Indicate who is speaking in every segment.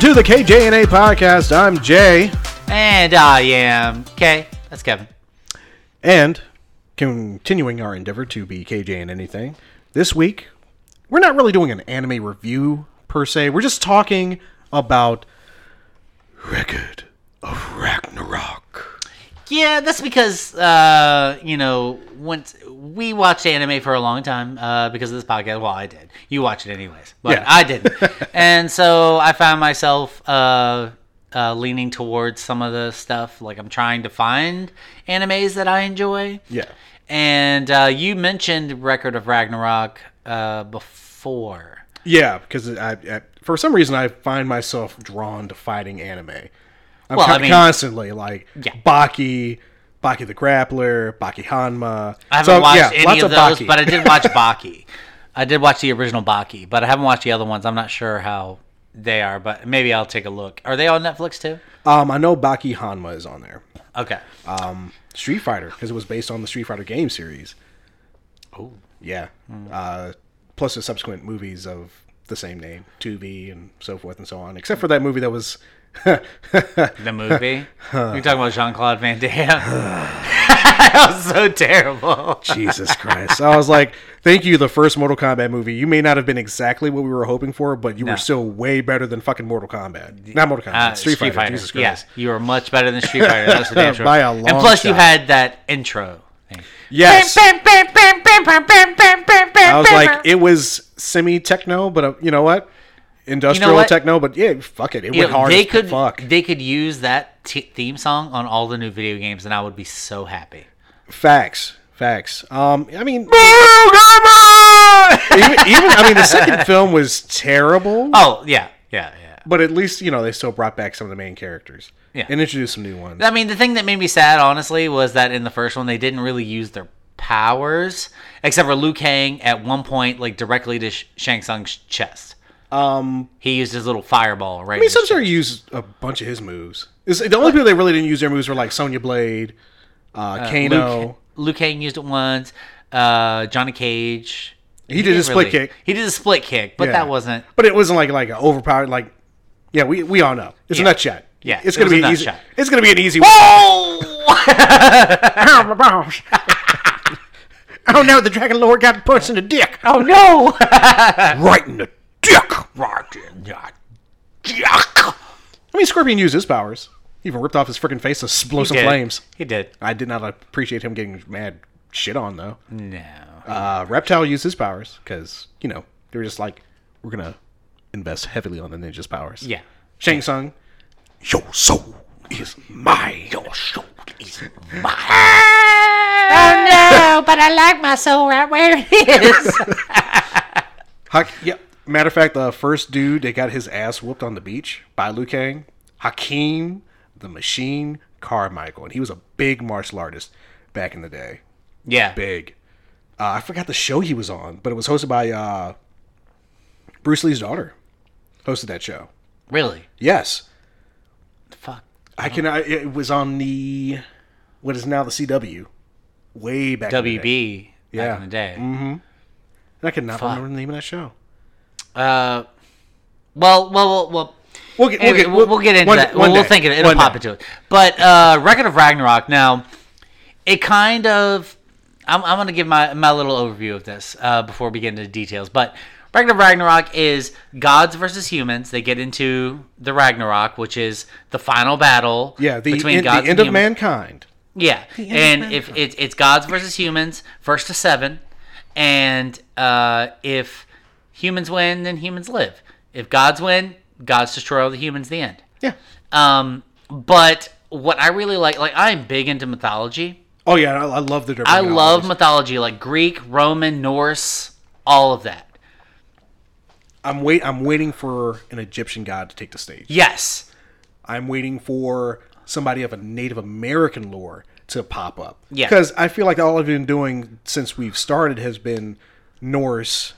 Speaker 1: to the KJNA podcast. I'm Jay,
Speaker 2: And I am Kay. That's Kevin.
Speaker 1: and continuing our endeavor to be KJ in anything. This week, we're not really doing an anime review per se. We're just talking about Record of Ragnarok.
Speaker 2: Yeah, that's because uh, you know once we watched anime for a long time uh, because of this podcast. Well, I did. You watched it anyways, but
Speaker 1: Yeah.
Speaker 2: I didn't. and so I found myself uh, uh, leaning towards some of the stuff. Like I'm trying to find animes that I enjoy.
Speaker 1: Yeah.
Speaker 2: And uh, you mentioned Record of Ragnarok uh, before.
Speaker 1: Yeah, because I, I for some reason I find myself drawn to fighting anime. I'm
Speaker 2: Well,
Speaker 1: co-
Speaker 2: I mean-
Speaker 1: constantly like
Speaker 2: Yeah.
Speaker 1: Baki, Baki the Grappler, Baki Hanma.
Speaker 2: I haven't watched any of those, but I did watch Baki. I did watch the original Baki, but I haven't watched the other ones. I'm not sure how they are, but maybe I'll take a look. Are they on Netflix too?
Speaker 1: um, I know Baki Hanma is on there.
Speaker 2: Okay.
Speaker 1: Um, Street Fighter because it was based on the Street Fighter game series.
Speaker 2: Oh.
Speaker 1: Yeah. Uh, plus the subsequent movies of the same name, 2V and so forth and so on. Except for that movie that was
Speaker 2: The movie? You're talking about Jean Claude Van Damme? that was so terrible.
Speaker 1: Jesus Christ. I was like, thank you, the first Mortal Kombat movie. You may not have been exactly what we were hoping for, but you were still way better than fucking Mortal Kombat. Not Mortal Kombat,
Speaker 2: Uh,
Speaker 1: Street, Fighter, Jesus
Speaker 2: Yeah,
Speaker 1: Christ.
Speaker 2: you were much better than Street Fighter. That's the damn sure.
Speaker 1: By a
Speaker 2: And
Speaker 1: long
Speaker 2: plus, you
Speaker 1: shot.
Speaker 2: had that intro thing.
Speaker 1: Yes. I
Speaker 2: I
Speaker 1: was like, it was semi techno, but uh, you know what? Industrial
Speaker 2: what?
Speaker 1: techno, but yeah, fuck it. It
Speaker 2: You
Speaker 1: went
Speaker 2: know,
Speaker 1: hard.
Speaker 2: they
Speaker 1: as
Speaker 2: could
Speaker 1: fuck.
Speaker 2: they could use that t- theme song on all the new video games, and I would be so happy.
Speaker 1: Facts. Facts. Um, I mean, even, even I mean, the second film was terrible,
Speaker 2: oh yeah, yeah, yeah.
Speaker 1: but at least you know they still brought back some of the main characters
Speaker 2: Yeah.
Speaker 1: and introduced some new ones.
Speaker 2: I mean, the thing that made me sad, honestly, was that in the first one they didn't really use their powers, except for Liu Kang at one point, like directly to Sh- Shang Tsung's chest.
Speaker 1: Um,
Speaker 2: He used his little fireball right.
Speaker 1: I mean, Sub-Zero used a bunch of his moves. It's, the only people that really didn't use their moves were like Sonya Blade, uh, Kano.
Speaker 2: Luke, Liu Kang used it once. Uh, Johnny Cage.
Speaker 1: He did a
Speaker 2: didn't
Speaker 1: split kick.
Speaker 2: He did a split kick, but
Speaker 1: Yeah.
Speaker 2: that wasn't.
Speaker 1: But it wasn't like like an overpowered like. Yeah, we we all know it's a
Speaker 2: Yeah.
Speaker 1: nut shot.
Speaker 2: Yeah,
Speaker 1: it's
Speaker 2: it
Speaker 1: gonna
Speaker 2: was a
Speaker 1: be an
Speaker 2: nut
Speaker 1: easy.
Speaker 2: shot.
Speaker 1: It's gonna be an easy.
Speaker 2: oh
Speaker 1: oh no, the Dragon Lord got punched in the dick.
Speaker 2: Oh, no!
Speaker 1: right in the dick. Right in the dick. I mean, Scorpion used his powers. He even ripped off his freaking face to blow some
Speaker 2: did.
Speaker 1: flames.
Speaker 2: He did.
Speaker 1: I did not appreciate him getting mad shit on though.
Speaker 2: No.
Speaker 1: Uh, Reptile used his powers because you know they were just like we're gonna invest heavily on the ninja's powers.
Speaker 2: Yeah.
Speaker 1: Shang Tsung, your soul is mine. Your soul is mine.
Speaker 2: Oh no! But I like my soul right where it is.
Speaker 1: Hak- yeah. Matter of fact, the first dude that got his ass whooped on the beach by Liu Kang, Hakeem the Machine Carmichael, and he was a big martial artist back in the day.
Speaker 2: yeah.
Speaker 1: Big. Uh, I forgot the show he was on, but it was hosted by uh, Bruce Lee's daughter. Hosted that show.
Speaker 2: Really?
Speaker 1: Yes.
Speaker 2: Fuck.
Speaker 1: I can. I, it was on the what is now the CW, way back. in the day.
Speaker 2: WB.
Speaker 1: Yeah. Mm-hmm.
Speaker 2: Back in the day.
Speaker 1: And I cannot remember the name of that show.
Speaker 2: Uh. Well, well, well, well.
Speaker 1: We'll get,
Speaker 2: Anyway, we'll, we'll get into
Speaker 1: one-
Speaker 2: that.
Speaker 1: one
Speaker 2: we'll, we'll
Speaker 1: day.
Speaker 2: think of it. It'll
Speaker 1: One
Speaker 2: pop
Speaker 1: day.
Speaker 2: into it. But uh, Record of Ragnarok. Now, it kind of. I'm, I'm going to give my, my little overview of this uh, before we get into details. But Record of Ragnarok is gods versus humans. They get into the Ragnarok, which is the final battle
Speaker 1: Yeah, the,
Speaker 2: between
Speaker 1: en-
Speaker 2: gods
Speaker 1: the end
Speaker 2: and
Speaker 1: of
Speaker 2: humans.
Speaker 1: mankind.
Speaker 2: Yeah, and if it's it's gods versus humans, first to seven, and uh, if humans win, then humans live. If gods win, gods destroy all the humans. The end.
Speaker 1: Yeah.
Speaker 2: Um, but what I really like, like I am big into mythology.
Speaker 1: Oh yeah, I, I love the.
Speaker 2: I love mythology, like Greek, Roman, Norse, all of that.
Speaker 1: I'm wait. I'm waiting for an Egyptian god to take the stage.
Speaker 2: Yes,
Speaker 1: I'm waiting for somebody of a Native American lore to pop up.
Speaker 2: Yeah.
Speaker 1: Because I feel like all I've been doing since we've started has been Norse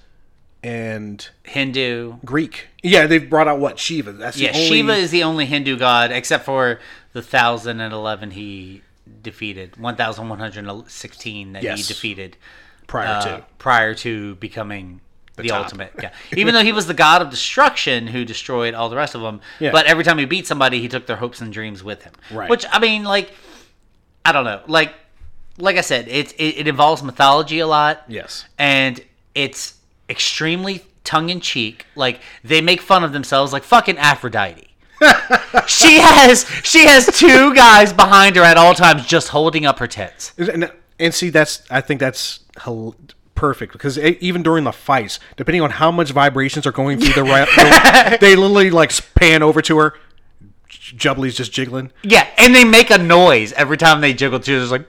Speaker 1: and
Speaker 2: Hindu.
Speaker 1: Greek. Yeah, they've brought out what Shiva. That's
Speaker 2: Yeah,
Speaker 1: the only,
Speaker 2: Shiva is the only Hindu god, except for the thousand and eleven he defeated, one thousand one hundred sixteen that
Speaker 1: Yes.
Speaker 2: he defeated.
Speaker 1: prior
Speaker 2: uh,
Speaker 1: to.
Speaker 2: prior to becoming the
Speaker 1: top.
Speaker 2: ultimate. Yeah. Even though he was the god of destruction who destroyed all the rest of them,
Speaker 1: Yeah.
Speaker 2: but every time he beat somebody, he took their hopes and dreams with him.
Speaker 1: Right.
Speaker 2: Which I mean, like, I don't know. Like, like I said, it it, it involves mythology a lot.
Speaker 1: Yes.
Speaker 2: And it's extremely tongue in cheek. Like they make fun of themselves, like fucking Aphrodite. she has she has two guys behind her at all times, just holding up her tits.
Speaker 1: And, and see, that's I think that's hel- perfect because e even during the fights, depending on how much vibrations are going through the, ra- they literally like pan over to her. Jubbly's just jiggling.
Speaker 2: Yeah, and they make a noise every time they jiggle too. It's like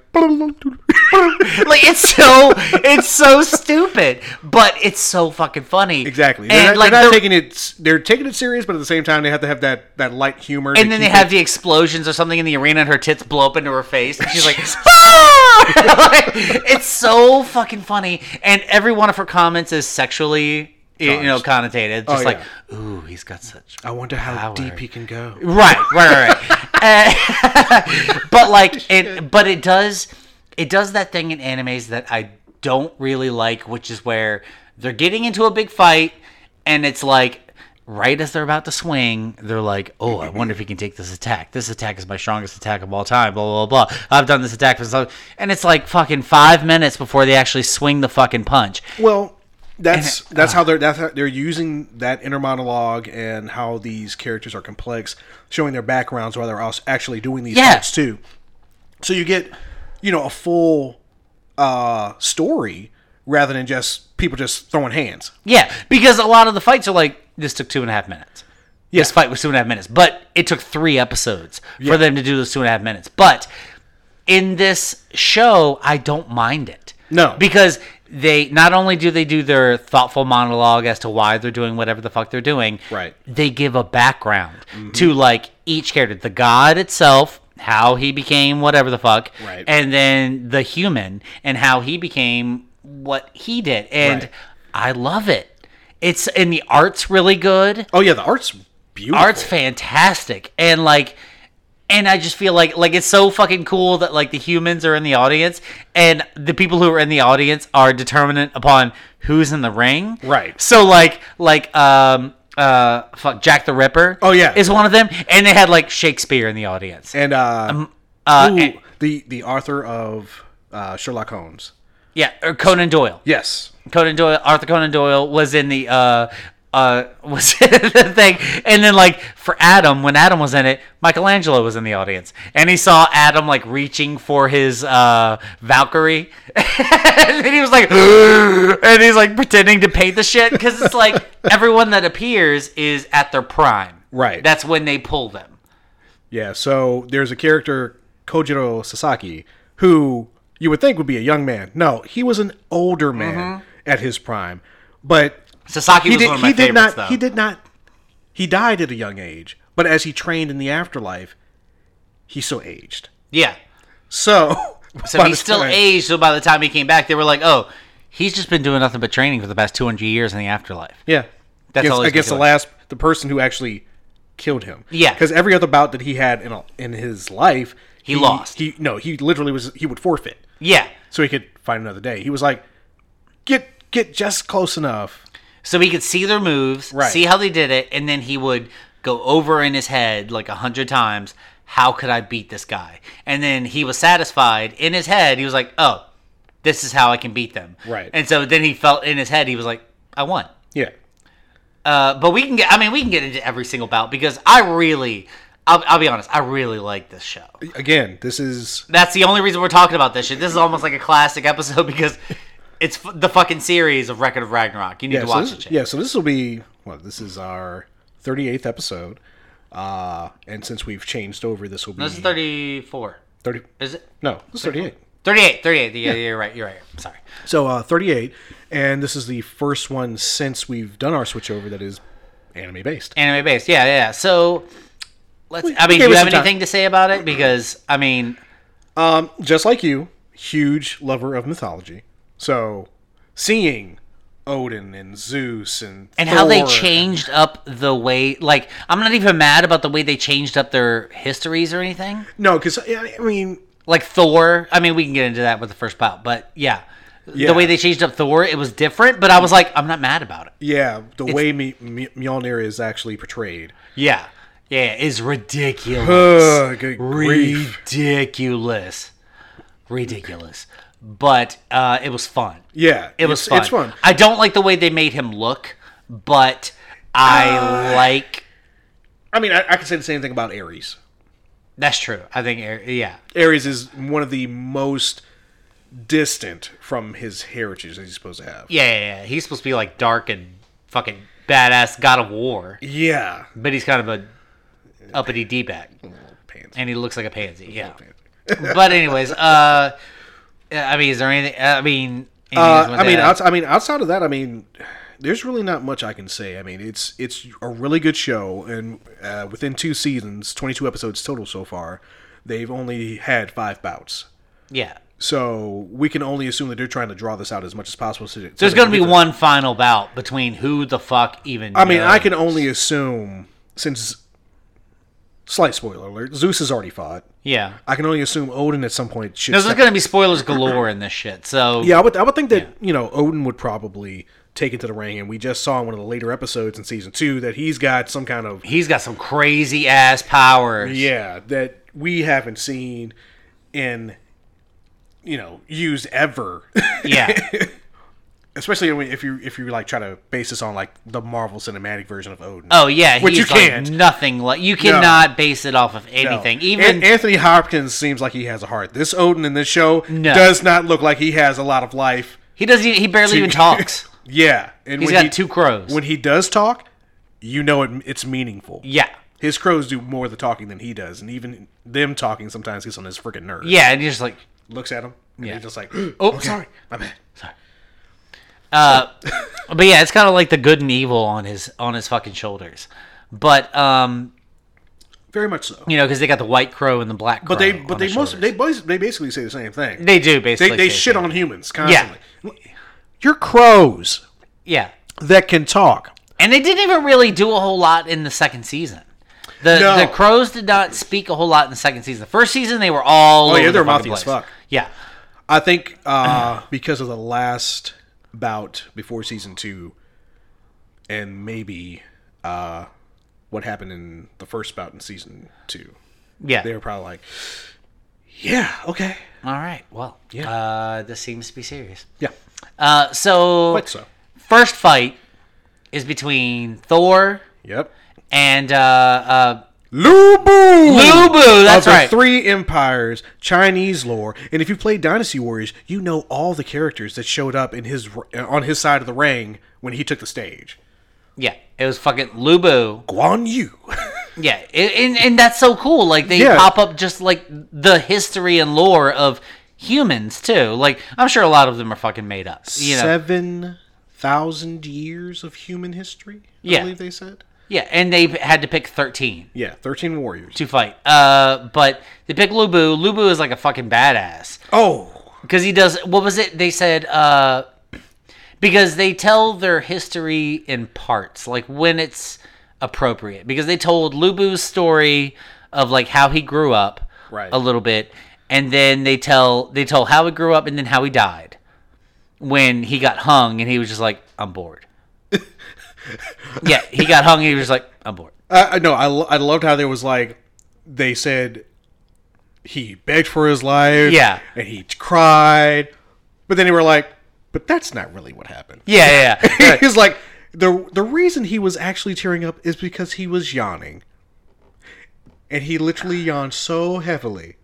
Speaker 2: like it's so it's so stupid, but it's so fucking funny.
Speaker 1: Exactly. They're,
Speaker 2: and
Speaker 1: not,
Speaker 2: like
Speaker 1: they're not
Speaker 2: the-
Speaker 1: taking it. s- They're taking it serious, but at the same time, they have to have that that light humor. to
Speaker 2: and then they
Speaker 1: keep
Speaker 2: have
Speaker 1: it-
Speaker 2: the explosions or something in the arena, and her tits blow up into her face, and she's like, "Ah!" Like, it's so fucking funny. And every one of her comments is sexually, you you know, connotated. Just
Speaker 1: Oh, yeah.
Speaker 2: like, ooh, he's got such
Speaker 1: I wonder how
Speaker 2: Power.
Speaker 1: deep he can go.
Speaker 2: right right right, right. Uh, but like it but it does it does that thing in animes that i don't really like which is where they're getting into a big fight and it's like right as they're about to swing they're like oh i wonder if he can take this attack this attack is my strongest attack of all time blah blah blah i've done this attack for so and it's like fucking five minutes before they actually swing the fucking punch
Speaker 1: Well, that's
Speaker 2: uh,
Speaker 1: that's how they're that's how they're using that inner monologue and how these characters are complex, showing their backgrounds while they're also actually doing these
Speaker 2: Yeah.
Speaker 1: things too. So you get, you know, a full uh, story rather than just people just throwing hands.
Speaker 2: Yeah, because a lot of the fights are like this took two and a half minutes. This
Speaker 1: Yeah.
Speaker 2: fight was two and a half minutes, but it took three episodes for them to do those two and a half minutes. But in this show, I don't mind it.
Speaker 1: No.
Speaker 2: because they not only do they do their thoughtful monologue as to why they're doing whatever the fuck they're doing,
Speaker 1: Right. Mm-hmm.
Speaker 2: They give a background to like each character, the god itself, how he became whatever the fuck,
Speaker 1: Right.
Speaker 2: and then the human and how he became what he did and
Speaker 1: Right.
Speaker 2: i love it it's and the art's really good
Speaker 1: Oh yeah, the art's beautiful.
Speaker 2: art's fantastic and like and i just feel like like it's so fucking cool that like the humans are in the audience and the people who are in the audience are determinant upon who's in the ring
Speaker 1: Right.
Speaker 2: so like like um uh fuck jack the ripper
Speaker 1: Oh, yeah.
Speaker 2: is one of them and they had like shakespeare in the audience
Speaker 1: and uh,
Speaker 2: uh,
Speaker 1: ooh,
Speaker 2: and-
Speaker 1: the the author of uh, Sherlock Holmes.
Speaker 2: yeah or conan doyle
Speaker 1: Yes,
Speaker 2: Conan Doyle, Arthur Conan Doyle was in the uh uh was in the thing, and then like for Adam, when Adam was in it, Michelangelo was in the audience, and he saw Adam like reaching for his uh Valkyrie, and he was like, and he's like pretending to paint the shit because it's like everyone that appears is at their prime,
Speaker 1: Right.
Speaker 2: That's when they pull them.
Speaker 1: Yeah, so there's a character, Kojiro Sasaki, who you would think would be a young man. No, he was an older man at his prime. But
Speaker 2: Mm-hmm. Sasaki
Speaker 1: he
Speaker 2: was
Speaker 1: did,
Speaker 2: one of my
Speaker 1: he did
Speaker 2: favorites,
Speaker 1: not
Speaker 2: though.
Speaker 1: he did not he died at a young age, but as he trained in the afterlife, he still aged.
Speaker 2: yeah.
Speaker 1: So
Speaker 2: So
Speaker 1: by
Speaker 2: he's
Speaker 1: the
Speaker 2: still
Speaker 1: time-
Speaker 2: aged. So by the time he came back, they were like, "Oh, he's just been doing nothing but training for the past 200 years in the afterlife."
Speaker 1: Yeah.
Speaker 2: That's
Speaker 1: against,
Speaker 2: always
Speaker 1: against the
Speaker 2: ridiculous.
Speaker 1: last the person who actually killed him.
Speaker 2: Yeah.
Speaker 1: Because every other bout that he had in a, in his life, he,
Speaker 2: lost.
Speaker 1: He no, he literally was he would forfeit.
Speaker 2: Yeah.
Speaker 1: so he could find another day. He was like, get get just close enough.
Speaker 2: So he could see their moves,
Speaker 1: Right.
Speaker 2: see how they did it, and then he would go over in his head like a hundred times. How could I beat this guy? And then he was satisfied in his head. He was like, "Oh, this is how I can beat them."
Speaker 1: Right.
Speaker 2: And so then he felt in his head. He was like, "I won."
Speaker 1: Yeah.
Speaker 2: Uh, but we can get. I mean, we can get into every single bout because I really, I'll, I'll be honest, I really like this show.
Speaker 1: Again, this is
Speaker 2: That's the only reason we're talking about this shit. This is almost like a classic episode because it's f- the fucking series of Record of Ragnarok. You need
Speaker 1: yeah.
Speaker 2: to
Speaker 1: So
Speaker 2: watch
Speaker 1: this,
Speaker 2: it. Shane.
Speaker 1: yeah. So this will be well. This is our thirty eighth episode, uh, and since we've changed over, this will be
Speaker 2: This is 34.
Speaker 1: 30
Speaker 2: Is it?
Speaker 1: No, this is thirty eight.
Speaker 2: 38. 38. Yeah, you're right. You're right. Sorry.
Speaker 1: So uh, thirty eight, and this is the first one since we've done our switchover that is anime based.
Speaker 2: Anime based. Yeah, yeah. yeah. So let's. I mean,
Speaker 1: give
Speaker 2: do you
Speaker 1: us
Speaker 2: have
Speaker 1: some time.
Speaker 2: anything to say about it? Because, I mean,
Speaker 1: Um, just like you, huge lover of mythology. So seeing Odin and Zeus and
Speaker 2: and how they
Speaker 1: Thor and-
Speaker 2: changed up the way. Like, I'm not even mad about the way they changed up their histories or anything.
Speaker 1: No, because I mean,
Speaker 2: Like Thor. I mean, we can get into that with the first bout, but yeah.
Speaker 1: Yeah.
Speaker 2: The way they changed up Thor, it was different, but I was like, I'm not mad about it.
Speaker 1: Yeah, the way M- M- Mjolnir is actually portrayed.
Speaker 2: Yeah. Yeah, it's ridiculous.
Speaker 1: Ugh, good grief.
Speaker 2: ridiculous. Ridiculous. But uh, it was fun.
Speaker 1: Yeah,
Speaker 2: It was
Speaker 1: it's,
Speaker 2: fun.
Speaker 1: It's fun.
Speaker 2: I don't like the way they made him look, but I
Speaker 1: Ah.
Speaker 2: like.
Speaker 1: I mean, I, I could say the same thing about Ares.
Speaker 2: That's true. I think, Ar- yeah.
Speaker 1: Ares is one of the most distant from his heritage that he's supposed to have.
Speaker 2: Yeah, yeah, yeah. He's supposed to be like dark and fucking badass god of war,
Speaker 1: Yeah.
Speaker 2: but he's kind of a uppity d bag,
Speaker 1: Pants.
Speaker 2: and he looks like a pansy. Yeah. But anyways, uh, I mean, is there anything? I mean, anything else
Speaker 1: Uh,
Speaker 2: you want
Speaker 1: I
Speaker 2: to
Speaker 1: mean,
Speaker 2: add?
Speaker 1: outs- I mean, outside of that, I mean, there's really not much I can say. I mean, it's it's a really good show, and uh, within two seasons, 22 episodes total so far, they've only had five bouts.
Speaker 2: yeah.
Speaker 1: So we can only assume that they're trying to draw this out as much as possible. So so
Speaker 2: There's
Speaker 1: they can
Speaker 2: gonna be
Speaker 1: get the-
Speaker 2: one final bout between who the fuck even.
Speaker 1: I mean, I can only assume since slight spoiler alert, Zeus has already fought.
Speaker 2: Yeah.
Speaker 1: I can only assume Odin at some point should.
Speaker 2: No, there's
Speaker 1: step-
Speaker 2: gonna be spoilers galore in this shit. So
Speaker 1: yeah, I would. I would think that you know Odin would probably take it to the ring, and we just saw in one of the later episodes in season two that he's got some kind of
Speaker 2: he's got some crazy ass powers.
Speaker 1: yeah that we haven't seen in you know used ever.
Speaker 2: Yeah.
Speaker 1: Especially when- if you if you like try to base this on like the Marvel Cinematic version of Odin.
Speaker 2: Oh yeah,
Speaker 1: Which
Speaker 2: he's
Speaker 1: you
Speaker 2: like
Speaker 1: can't.
Speaker 2: nothing like you cannot base it off of anything.
Speaker 1: No.
Speaker 2: Even
Speaker 1: An- Anthony Hopkins seems like he has a heart. This Odin in this show
Speaker 2: No.
Speaker 1: does not look like he has a lot of life.
Speaker 2: he doesn't. Even, he barely even talks.
Speaker 1: Yeah, and
Speaker 2: He's
Speaker 1: when
Speaker 2: got
Speaker 1: he,
Speaker 2: two crows.
Speaker 1: When he does talk, you know it, it's meaningful.
Speaker 2: yeah,
Speaker 1: His crows do more of the talking than he does, and even them talking sometimes gets on his freaking nerves.
Speaker 2: yeah, and he's just like,
Speaker 1: looks at him, and
Speaker 2: Yeah.
Speaker 1: he's just like,
Speaker 2: oh,
Speaker 1: sorry, my bad."
Speaker 2: uh, but yeah, it's kind of like the good and evil on his on his fucking shoulders. But um,
Speaker 1: Very much so.
Speaker 2: you know, because they got the white crow and the black. Crow
Speaker 1: But they, but
Speaker 2: on
Speaker 1: they
Speaker 2: his
Speaker 1: most,
Speaker 2: shoulders.
Speaker 1: they, bas- they basically say the same thing.
Speaker 2: they do
Speaker 1: They,
Speaker 2: basically
Speaker 1: they
Speaker 2: say
Speaker 1: shit
Speaker 2: that.
Speaker 1: on humans constantly. You're crows
Speaker 2: yeah,
Speaker 1: that can talk.
Speaker 2: and they didn't even really do a whole lot in the second season. The,
Speaker 1: No.
Speaker 2: the crows did not speak a whole lot in the second season. The first season they were all oh
Speaker 1: yeah, they were
Speaker 2: mouthy
Speaker 1: mouthy as fuck.
Speaker 2: Yeah,
Speaker 1: I think uh, because of the last bout before season two, and maybe uh, what happened in the first bout in season two,
Speaker 2: yeah.
Speaker 1: they were probably like, "Yeah, okay,
Speaker 2: All right. Well,
Speaker 1: Yeah.
Speaker 2: Uh, this seems to be serious.
Speaker 1: yeah,
Speaker 2: Uh, so,
Speaker 1: quite so."
Speaker 2: first fight is between Thor
Speaker 1: Yep,
Speaker 2: and uh, uh,
Speaker 1: Lubu,
Speaker 2: Lubu, that's
Speaker 1: of the
Speaker 2: right.
Speaker 1: Three empires, Chinese lore, and if you play Dynasty Warriors, you know all the characters that showed up in his uh, on his side of the ring when he took the stage.
Speaker 2: yeah, it was fucking Lubu.
Speaker 1: Guan Yu.
Speaker 2: Yeah, it, and and that's so cool. Like they
Speaker 1: Yeah.
Speaker 2: pop up just like the history and lore of humans too. Like I'm sure a lot of them are fucking made up. You know.
Speaker 1: seven thousand years of human history. I
Speaker 2: Yeah.
Speaker 1: believe they said.
Speaker 2: Yeah, and they had to pick 13
Speaker 1: Yeah, thirteen warriors.
Speaker 2: to fight. Uh, but they picked Lubu. Lubu is like a fucking badass.
Speaker 1: Oh,
Speaker 2: because he does what was it they said uh because they tell their history in parts like when it's appropriate because they told lubu's story of like how he grew up
Speaker 1: Right.
Speaker 2: a little bit and then they tell they tell how he grew up and then how he died when he got hung and he was just like i'm bored yeah he got hung and he was just like i'm bored
Speaker 1: uh, uh, no, I lo- I loved how there was like they said he begged for his life.
Speaker 2: Yeah.
Speaker 1: and he cried, but then they were like, "But that's not really what happened."
Speaker 2: yeah yeah, yeah. They're like,
Speaker 1: He's like the the reason he was actually tearing up is because he was yawning, and he literally yawned so heavily,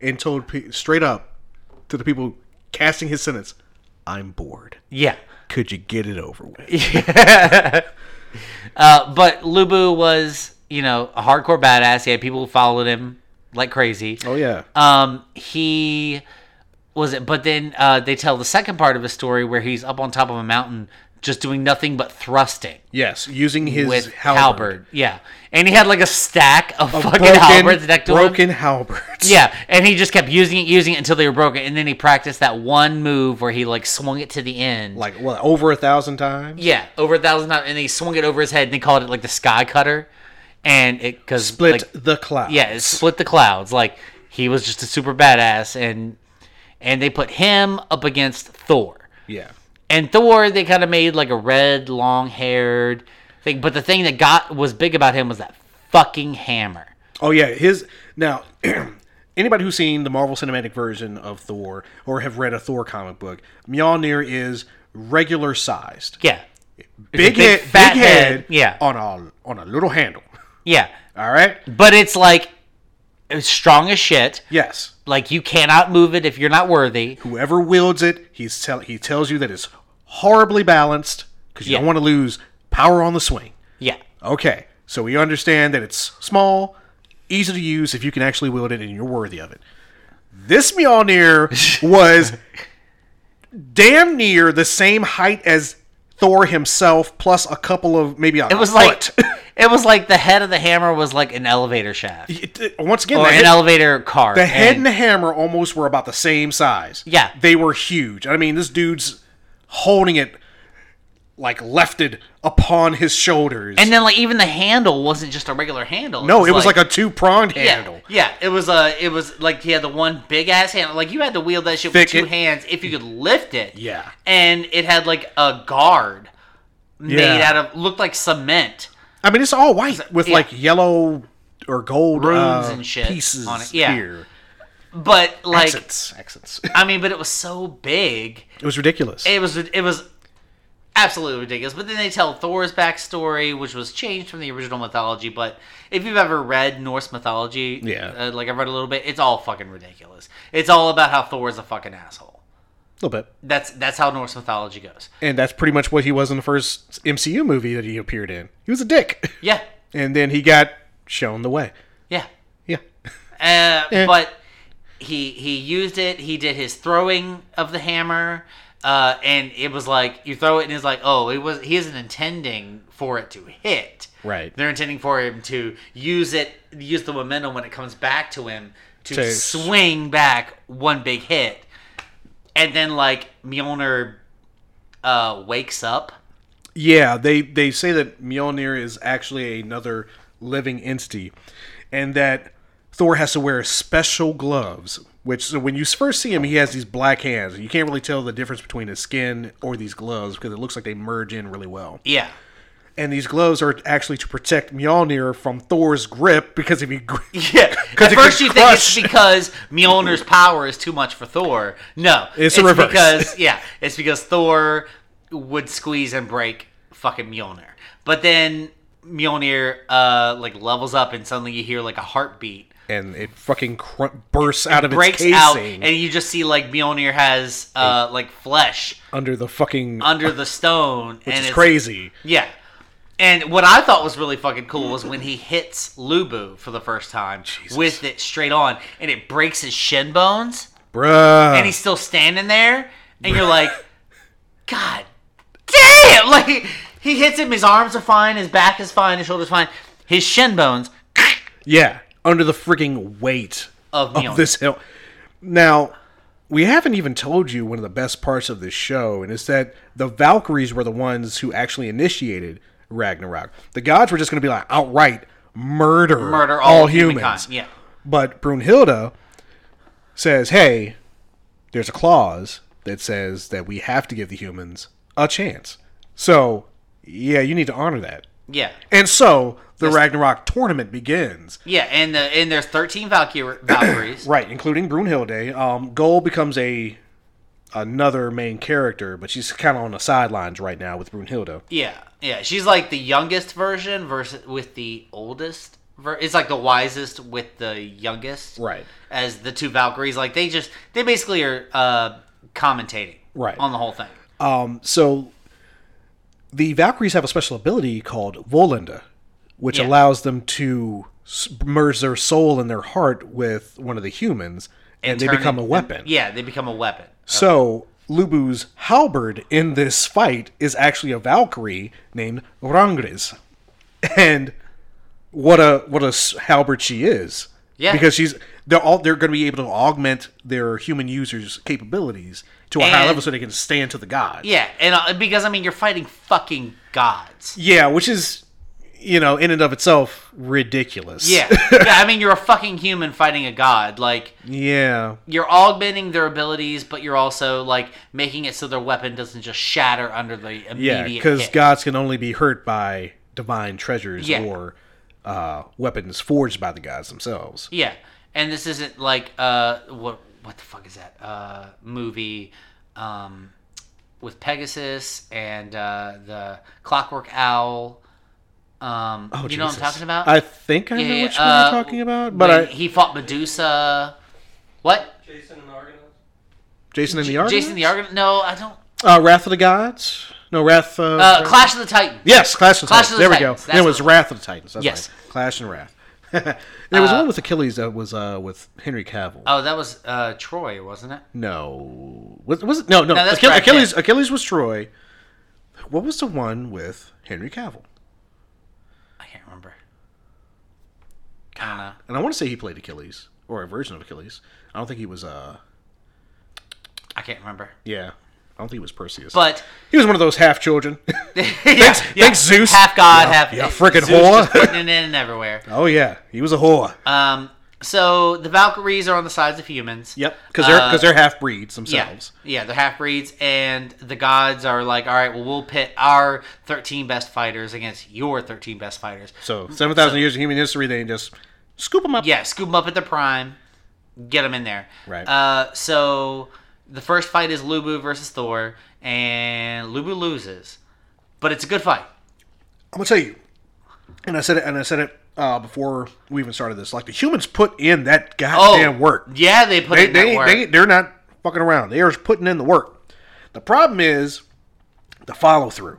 Speaker 1: and told pe- straight up to the people casting his sentence, "I'm bored.
Speaker 2: yeah.
Speaker 1: Could you get it over with?"
Speaker 2: Uh, but Lubu was, you know, a hardcore badass. He had people who followed him like crazy.
Speaker 1: Oh yeah,
Speaker 2: Um, he was it, but then uh, they tell the second part of his story where he's up on top of a mountain, just doing nothing but thrusting
Speaker 1: yes, using his
Speaker 2: with halberd.
Speaker 1: halberd,
Speaker 2: Yeah, and he had like a stack of fucking
Speaker 1: broken
Speaker 2: halberds next to him.
Speaker 1: broken halberds.
Speaker 2: Yeah, and he just kept using it, using it until they were broken, and then he practiced that one move where he like swung it to the end.
Speaker 1: like what over a thousand times.
Speaker 2: Yeah, over a thousand times, and they swung it over his head, and they called it like the sky cutter, and it because
Speaker 1: Split the cloud.
Speaker 2: yeah, it split the clouds. Like he was just a super badass, and and they put him up against Thor,
Speaker 1: Yeah.
Speaker 2: And Thor, they kind of made like a red, long-haired thing. But the thing that got was big about him was that fucking hammer.
Speaker 1: Oh yeah, his now. anybody who's seen the Marvel Cinematic version of Thor or have read a Thor comic book, Mjolnir is regular sized,
Speaker 2: Yeah,
Speaker 1: big,
Speaker 2: big
Speaker 1: head,
Speaker 2: fat
Speaker 1: big
Speaker 2: head,
Speaker 1: head,
Speaker 2: yeah.
Speaker 1: on a on a little handle.
Speaker 2: yeah.
Speaker 1: All right.
Speaker 2: But it's like it's strong as shit.
Speaker 1: Yes.
Speaker 2: Like you cannot move it if you're not worthy.
Speaker 1: Whoever wields it, he's tell he tells you that it's horribly balanced because you
Speaker 2: Yeah.
Speaker 1: don't want to lose power on the swing.
Speaker 2: Yeah,
Speaker 1: Okay, so we understand that it's small, easy to use if you can actually wield it and you're worthy of it. This Mjolnir was damn near the same height as Thor himself, plus a couple of maybe a
Speaker 2: it was like it was like the head of the hammer was like an elevator shaft
Speaker 1: once again,
Speaker 2: or
Speaker 1: the
Speaker 2: an
Speaker 1: head,
Speaker 2: elevator car.
Speaker 1: the head and
Speaker 2: Oh, and
Speaker 1: the hammer almost were about the same size.
Speaker 2: Yeah.
Speaker 1: they were huge. I mean, this dude's holding it like lefted upon his shoulders.
Speaker 2: and then like even the handle wasn't just a regular handle.
Speaker 1: no, it was like, a two pronged
Speaker 2: yeah,
Speaker 1: handle.
Speaker 2: Yeah, it was uh it was like he had the one big ass handle. Like you had to wield that shit
Speaker 1: Thick
Speaker 2: with two
Speaker 1: it-
Speaker 2: hands if you could lift it.
Speaker 1: Yeah.
Speaker 2: and it had like a guard made
Speaker 1: Yeah.
Speaker 2: out of looked like cement.
Speaker 1: I mean, it's all white with
Speaker 2: yeah.
Speaker 1: like yellow or gold
Speaker 2: Runes
Speaker 1: uh,
Speaker 2: and shit
Speaker 1: pieces
Speaker 2: on it, yeah.
Speaker 1: here.
Speaker 2: But like
Speaker 1: Accents, accents.
Speaker 2: I mean, but it was so big.
Speaker 1: It was ridiculous.
Speaker 2: It was it was absolutely ridiculous. But then they tell Thor's backstory, which was changed from the original mythology. But if you've ever read Norse mythology,
Speaker 1: Yeah.
Speaker 2: uh, like I've read a little bit, it's all fucking ridiculous. It's all about how Thor is a fucking asshole.
Speaker 1: a little bit,
Speaker 2: That's that's how Norse mythology goes.
Speaker 1: and that's pretty much what he was in the first MCU movie that he appeared in. He was a dick,
Speaker 2: Yeah,
Speaker 1: and then he got shown the way.
Speaker 2: yeah.
Speaker 1: Yeah,
Speaker 2: Uh,
Speaker 1: Eh.
Speaker 2: But he he used it. He did his throwing of the hammer, uh, and it was like you throw it, and it's like, oh, it was. He isn't intending for it to hit.
Speaker 1: Right.
Speaker 2: They're intending for him to use it, use the momentum when it comes back to him to
Speaker 1: To-
Speaker 2: swing back one big hit, and then like Mjolnir uh, wakes up.
Speaker 1: yeah. They they say that Mjolnir is actually another living entity, and that Thor has to wear special gloves. Which so when you first see him, he has these black hands. You can't really tell the difference between his skin or these gloves because it looks like they merge in really well.
Speaker 2: Yeah.
Speaker 1: and these gloves are actually to protect Mjolnir from Thor's grip because if you
Speaker 2: Yeah. At
Speaker 1: it
Speaker 2: first
Speaker 1: could
Speaker 2: you think it's
Speaker 1: crush.
Speaker 2: because Mjolnir's power is too much for Thor. No.
Speaker 1: It's the reverse.
Speaker 2: because yeah, it's because Thor would squeeze and break fucking Mjolnir. But then Mjolnir uh like levels up and suddenly you hear like a heartbeat
Speaker 1: and it fucking cr- bursts out of
Speaker 2: breaks
Speaker 1: its
Speaker 2: out
Speaker 1: casing
Speaker 2: and you just see like Mjolnir has uh like flesh
Speaker 1: under the fucking
Speaker 2: under the stone and
Speaker 1: it's
Speaker 2: it's-
Speaker 1: crazy.
Speaker 2: Yeah. And what I thought was really fucking cool was when he hits Lubu for the first time with it straight on and it breaks his shin bones
Speaker 1: Bruh.
Speaker 2: and he's still standing there and you're like, God damn! Like he, he hits him, his arms are fine, his back is fine, his shoulders fine. His shin bones
Speaker 1: yeah, under the freaking weight
Speaker 2: of Mjolnir.
Speaker 1: of this hill. Now, we haven't even told you one of the best parts of this show, and it's that the Valkyries were the ones who actually initiated Ragnarok. The gods were just going to be like outright murder,
Speaker 2: murder all,
Speaker 1: all
Speaker 2: of
Speaker 1: humans.
Speaker 2: humankind. Yeah.
Speaker 1: But Brunhilde says, hey, there's a clause that says that we have to give the humans a chance. So, yeah, you need to honor that.
Speaker 2: Yeah.
Speaker 1: And so the Ragnarok tournament begins.
Speaker 2: Yeah, and the and there's thirteen Valkyr- Valkyries.
Speaker 1: Right, including Brunhilde. Um, Goal becomes a another main character, but she's kind of on the sidelines right now with Brunhilde.
Speaker 2: Yeah, yeah. She's like the youngest version versus with the oldest. Ver- it's like the wisest with the youngest,
Speaker 1: Right.
Speaker 2: As the two Valkyries, like they just they basically are uh, commentating,
Speaker 1: Right.
Speaker 2: on the whole thing.
Speaker 1: Um, so the Valkyries have a special ability called Volenda, which
Speaker 2: Yeah.
Speaker 1: allows them to s- merge their soul and their heart with one of the humans, and, they
Speaker 2: Turn
Speaker 1: become
Speaker 2: it-
Speaker 1: a weapon.
Speaker 2: Yeah, they become a weapon.
Speaker 1: So Lubu's halberd in this fight is actually a Valkyrie named Rangris, and what a what a s- halberd she is.
Speaker 2: Yeah.
Speaker 1: because she's they're all they're going to be able to augment their human users' capabilities to a high
Speaker 2: And-
Speaker 1: level so they can stand to the gods.
Speaker 2: Yeah, and uh, because I mean you're fighting fucking gods.
Speaker 1: Yeah, which is you know, in and of itself, ridiculous.
Speaker 2: Yeah. yeah, I mean, you're a fucking human fighting a god. Like,
Speaker 1: yeah.
Speaker 2: you're augmenting their abilities, but you're also, like, making it so their weapon doesn't just shatter under the
Speaker 1: Yeah,
Speaker 2: immediate
Speaker 1: because
Speaker 2: hit.
Speaker 1: gods can only be hurt by divine treasures
Speaker 2: Yeah.
Speaker 1: or uh, weapons forged by the gods themselves.
Speaker 2: Yeah, and this isn't like uh what what the fuck is that uh movie um with Pegasus and uh the Clockwork Owl. Um,
Speaker 1: Oh,
Speaker 2: you know what I'm
Speaker 1: Jesus.
Speaker 2: talking about?
Speaker 1: I think I know
Speaker 2: Yeah,
Speaker 1: which one
Speaker 2: uh,
Speaker 1: you're talking about, but
Speaker 2: when
Speaker 1: I,
Speaker 2: he fought Medusa. What?
Speaker 3: Jason and Argonauts.
Speaker 1: Jason and the Argonauts?
Speaker 2: Jason the Argonaut? No, I don't.
Speaker 1: Uh, Wrath of the Gods? No, Wrath. Uh,
Speaker 2: Uh,
Speaker 1: Wrath-
Speaker 2: Clash of the Titans.
Speaker 1: Yes, Clash of the
Speaker 2: Clash
Speaker 1: Titans.
Speaker 2: of the
Speaker 1: there
Speaker 2: Titans,
Speaker 1: we go. And
Speaker 2: that's
Speaker 1: it was
Speaker 2: what-
Speaker 1: Wrath of the Titans. That's
Speaker 2: Yes.
Speaker 1: right. Clash and Wrath. there was one with Achilles that was uh, with Henry Cavill.
Speaker 2: Oh, that was uh, Troy, wasn't it?
Speaker 1: no, was, was it? No, no.
Speaker 2: No, that's
Speaker 1: Achil-
Speaker 2: Brad Pitt.
Speaker 1: Achilles. Achilles was Troy. What was the one with Henry Cavill?
Speaker 2: I can't remember. I don't know.
Speaker 1: And I want to say he played Achilles or a version of Achilles. I don't think he was. Uh,
Speaker 2: I can't remember.
Speaker 1: yeah, I don't think he was Perseus.
Speaker 2: But
Speaker 1: he was one of those half children.
Speaker 2: yeah,
Speaker 1: thanks, Zeus.
Speaker 2: Half god,
Speaker 1: Yeah,
Speaker 2: half
Speaker 1: yeah, frickin'
Speaker 2: Zeus just
Speaker 1: whore.
Speaker 2: putting it in everywhere.
Speaker 1: oh yeah, he was a whore.
Speaker 2: Um, so the Valkyries are on the sides of humans.
Speaker 1: yep, because they're
Speaker 2: uh,
Speaker 1: because they're half breeds
Speaker 2: Yeah,
Speaker 1: themselves.
Speaker 2: yeah, they're half breeds, and the gods are like, all right, well, we'll pit our thirteen best fighters against your thirteen best fighters.
Speaker 1: So seven thousand years of human history, they just scoop them up.
Speaker 2: Mm, Yeah, scoop them up at the prime, get them in there.
Speaker 1: Right.
Speaker 2: Uh, so the first fight is Lubu versus Thor, and Lubu loses, but it's a good fight.
Speaker 1: I'm gonna tell you, and I said it, and I said it uh, before we even started this. Like the humans put in that goddamn work.
Speaker 2: Oh, Yeah, they put
Speaker 1: They,
Speaker 2: in that
Speaker 1: they,
Speaker 2: work.
Speaker 1: they they're not fucking around. They are just putting in the work. The problem is the follow through,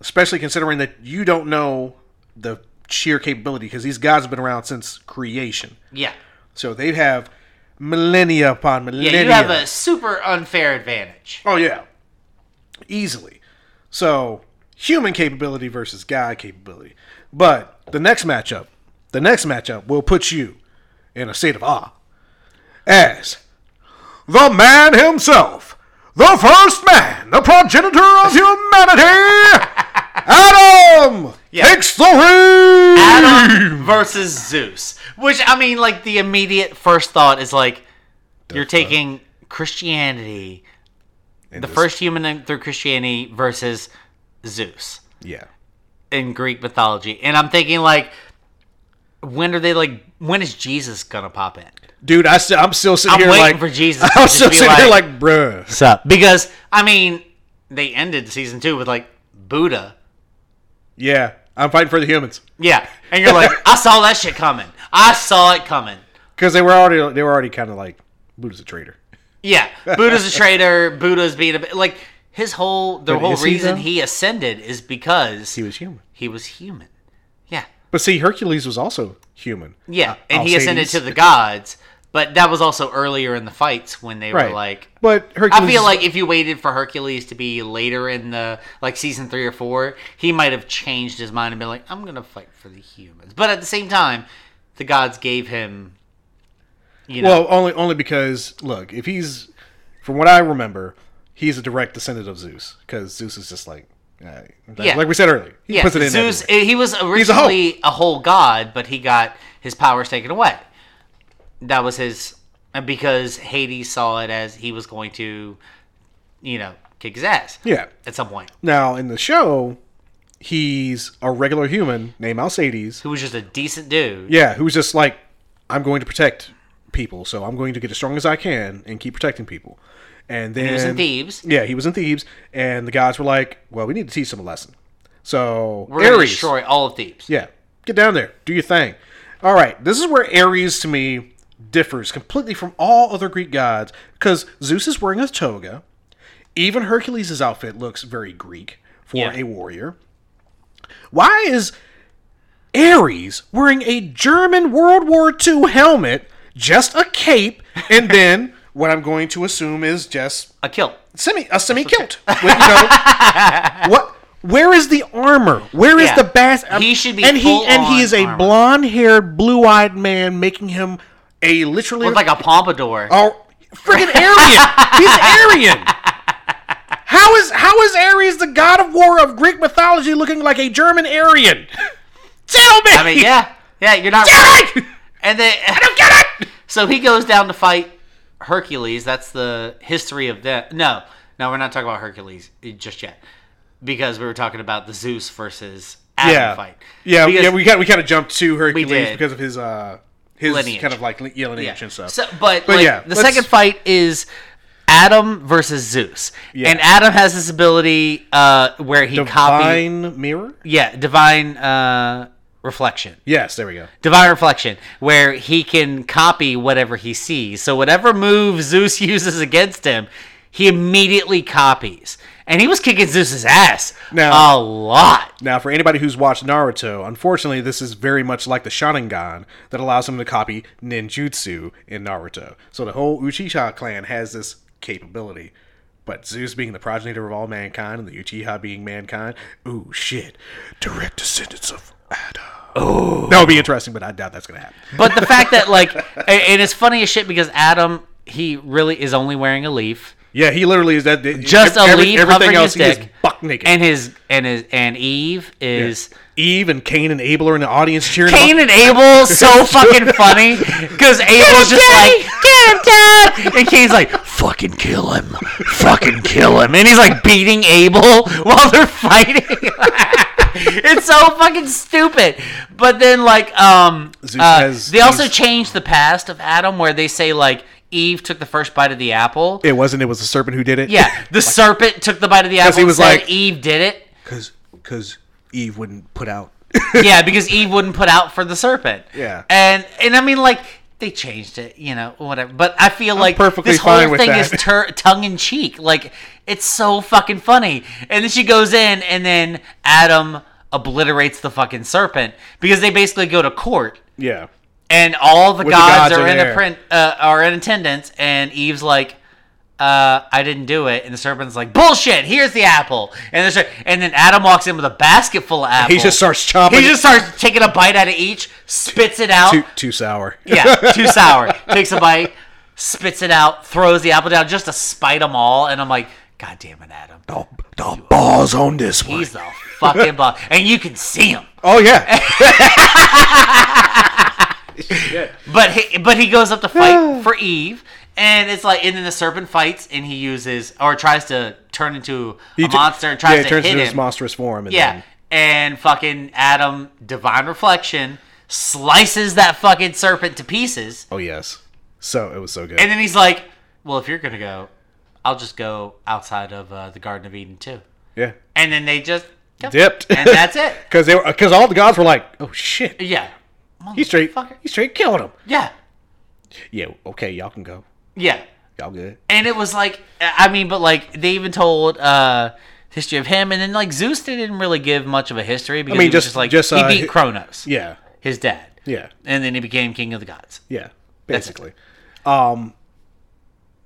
Speaker 1: especially considering that you don't know the sheer capability because these guys have been around since creation.
Speaker 2: yeah.
Speaker 1: So they have millennia upon millennia.
Speaker 2: Yeah, you have a super unfair advantage.
Speaker 1: Oh yeah, easily. So human capability versus guy capability. But the next matchup, the next matchup will put you in a state of awe as the man himself, the first man, the progenitor of humanity, Adam takes the ring.
Speaker 2: Adam versus Zeus, which I mean, like the immediate first thought is like you're taking Christianity, the first human through Christianity versus Zeus
Speaker 1: yeah.
Speaker 2: in Greek mythology, and I'm thinking like, when are they like? When is Jesus gonna pop in?
Speaker 1: Dude, I st- I'm still sitting
Speaker 2: I'm
Speaker 1: here
Speaker 2: waiting
Speaker 1: like
Speaker 2: for Jesus. to
Speaker 1: I'm
Speaker 2: just
Speaker 1: still
Speaker 2: be
Speaker 1: sitting
Speaker 2: like,
Speaker 1: here like, bruh.
Speaker 2: what's up? Because I mean, they ended season two with like Buddha.
Speaker 1: Yeah, I'm fighting for the humans.
Speaker 2: Yeah, and you're like, I saw that shit coming. I saw it coming.
Speaker 1: because they were already they were already kind of like Buddha's a traitor.
Speaker 2: Yeah, Buddha's a traitor. Buddha's being a bit- like his whole the
Speaker 1: But
Speaker 2: whole
Speaker 1: is he,
Speaker 2: reason
Speaker 1: though?
Speaker 2: he, ascended is because he was,
Speaker 1: human,
Speaker 2: human. Yeah,
Speaker 1: but see, Hercules was also human.
Speaker 2: yeah,
Speaker 1: Uh,
Speaker 2: and he ascended
Speaker 1: Alcides.
Speaker 2: to the gods, but that was also earlier in the fights when they
Speaker 1: right.
Speaker 2: were like.
Speaker 1: but Hercules.
Speaker 2: I feel like if you waited for Hercules to be later in the like season three or four, he might have changed his mind and been like, "I'm gonna fight for the humans." But at the same time, the gods gave him, you know,
Speaker 1: well, only only because look, if he's from what I remember, he's a direct descendant of Zeus because Zeus is just like. Uh, like,
Speaker 2: Yeah.
Speaker 1: like we said earlier, he
Speaker 2: Yeah,
Speaker 1: puts it in.
Speaker 2: Zeus.
Speaker 1: everywhere.
Speaker 2: He was
Speaker 1: a hoe.
Speaker 2: originally a, whole god, but he got his powers taken away. That was his because Hades saw it as he was going to, you know, kick his ass
Speaker 1: Yeah.
Speaker 2: at some point.
Speaker 1: Now in the show, he's a regular human named Alcides.
Speaker 2: Who was just a decent dude.
Speaker 1: Yeah, who's just like, I'm going to protect people, so I'm going to get as strong as I can and keep protecting people. And then
Speaker 2: He was in Thieves.
Speaker 1: Yeah, he was in Thebes, and the gods were like, "Well, we need to teach him a lesson." So
Speaker 2: We're gonna
Speaker 1: Ares,
Speaker 2: destroy all of Thebes.
Speaker 1: yeah, get down there, do your thing. All right, this is where Ares to me differs completely from all other Greek gods because Zeus is wearing a toga. Even Hercules' outfit looks very Greek for
Speaker 2: Yeah.
Speaker 1: a warrior. Why is Ares wearing a German World War II helmet, just a cape, and then what I'm going to assume is just
Speaker 2: A kill.
Speaker 1: semi a semi kilt. With, you know, what? Where is the armor? Where is
Speaker 2: Yeah.
Speaker 1: the bass?
Speaker 2: He should be
Speaker 1: And he and
Speaker 2: full-on
Speaker 1: he is a
Speaker 2: armor.
Speaker 1: blonde-haired, blue-eyed man, making him a literally
Speaker 2: Looked like a pompadour.
Speaker 1: oh, freaking Aryan. He's Aryan. How is how is Ares the god of war of Greek mythology looking like a German Aryan? tell me.
Speaker 2: I mean, yeah, yeah, you're not
Speaker 1: Get it!
Speaker 2: And then I
Speaker 1: don't get it!
Speaker 2: So he goes down to fight Hercules. That's the history of that. No, no, we're not talking about Hercules just yet because we were talking about the Zeus versus Adam
Speaker 1: yeah,
Speaker 2: fight.
Speaker 1: yeah,
Speaker 2: Because-
Speaker 1: yeah. We got we kind of jumped to Hercules
Speaker 2: did.
Speaker 1: because of his uh his
Speaker 2: Lineage.
Speaker 1: kind of like li- yeah, lineage and stuff.
Speaker 2: So, but
Speaker 1: But
Speaker 2: like,
Speaker 1: yeah,
Speaker 2: the
Speaker 1: let's-
Speaker 2: second fight is Adam versus Zeus,
Speaker 1: Yeah.
Speaker 2: and Adam has this ability uh, where he copies.
Speaker 1: Divine mirror.
Speaker 2: Yeah, divine uh, reflection.
Speaker 1: Yes, there we go.
Speaker 2: Divine Reflection, where he can copy whatever he sees. So whatever move Zeus uses against him, he immediately copies. And he was kicking Zeus's ass
Speaker 1: Now-
Speaker 2: a lot.
Speaker 1: Now, for anybody who's watched Naruto, unfortunately, this is very much like the Sharingan that allows him to copy ninjutsu in Naruto. So the whole Uchiha clan has this capability. But Zeus being the progenitor of all mankind and the Uchiha being mankind, ooh, shit. Direct descendants of Adam. Oh. That would be interesting, but I doubt that's going to happen.
Speaker 2: But the fact that like, a- and it's funny as shit because Adam he really is only wearing a leaf,
Speaker 1: Yeah, he literally is that.
Speaker 2: Just a leaf hovering his
Speaker 1: he is
Speaker 2: dick.
Speaker 1: buck naked.
Speaker 2: and his and his and Eve is.
Speaker 1: Eve and Cain and Abel are in the audience cheering. him on.
Speaker 2: Cain and Abel so fucking funny because Abel's just like get him, Dad, and Cain's like fucking kill him, fucking kill him, and he's like beating Abel while they're fighting. it's so fucking stupid. But then like um,
Speaker 1: Zeus
Speaker 2: uh,
Speaker 1: has-
Speaker 2: they also
Speaker 1: Zeus-
Speaker 2: changed the past of Adam where they say like Eve took the first bite of the apple.
Speaker 1: It wasn't. It was the serpent who did it.
Speaker 2: yeah, the serpent took the bite of the apple.
Speaker 1: he
Speaker 2: and
Speaker 1: was
Speaker 2: said
Speaker 1: like-
Speaker 2: Eve did it.
Speaker 1: because because Eve wouldn't put out.
Speaker 2: yeah, because Eve wouldn't put out for the serpent.
Speaker 1: Yeah.
Speaker 2: and and I mean like they changed it, you know, whatever. But I feel like
Speaker 1: perfectly
Speaker 2: this whole
Speaker 1: fine with
Speaker 2: thing is
Speaker 1: that.
Speaker 2: tur- tongue in cheek. Like it's so fucking funny. And then she goes in, and then Adam obliterates the fucking serpent because they basically go to court.
Speaker 1: yeah,
Speaker 2: And all the
Speaker 1: the
Speaker 2: gods,
Speaker 1: gods
Speaker 2: are,
Speaker 1: are
Speaker 2: in a
Speaker 1: there.
Speaker 2: print, uh, are in attendance, and Eve's like, uh, "I didn't do it." And the serpent's like, "Bullshit! Here's the apple." And the ser- and then Adam walks in with a basket full of apples.
Speaker 1: he just starts chopping.
Speaker 2: Oh. He just starts taking a bite out of each, spits it out.
Speaker 1: too, too sour.
Speaker 2: yeah, too sour. Takes a bite, spits it out, throws the apple down just to spite them all. And I'm like, God damn it, Adam.
Speaker 1: the, the balls on this one.
Speaker 2: He's the fucking boss. And you can see him.
Speaker 1: oh yeah,
Speaker 2: But he, but he goes up to fight for Eve. And it's like, and then the serpent fights, and he uses or tries to turn into
Speaker 1: t-
Speaker 2: a monster and tries
Speaker 1: yeah, he
Speaker 2: to
Speaker 1: turns
Speaker 2: hit
Speaker 1: into
Speaker 2: him.
Speaker 1: his monstrous form. And
Speaker 2: Yeah,
Speaker 1: then-
Speaker 2: and fucking Adam, divine reflection, slices that fucking serpent to pieces.
Speaker 1: oh yes. So it was so good.
Speaker 2: And then he's like, "Well, if you're gonna go, I'll just go outside of uh, the Garden of Eden too."
Speaker 1: yeah.
Speaker 2: And then they just yep.
Speaker 1: Dipped.
Speaker 2: and that's it.
Speaker 1: Because they were because all the gods were like, oh shit,
Speaker 2: Yeah,
Speaker 1: he straight,
Speaker 2: Motherfucker.
Speaker 1: he straight killed him.
Speaker 2: yeah,
Speaker 1: Yeah. Okay, y'all can go.
Speaker 2: yeah.
Speaker 1: Y'all good.
Speaker 2: And it was like, I mean, but like they even told uh history of him, and then like Zeus didn't really give much of a history because he was
Speaker 1: just-
Speaker 2: just like
Speaker 1: just,
Speaker 2: he
Speaker 1: uh, hi-
Speaker 2: beat Kronos,
Speaker 1: Yeah.
Speaker 2: his dad,
Speaker 1: Yeah.
Speaker 2: and then he became king of the gods.
Speaker 1: Yeah.
Speaker 2: That's it.
Speaker 1: Basically. Um.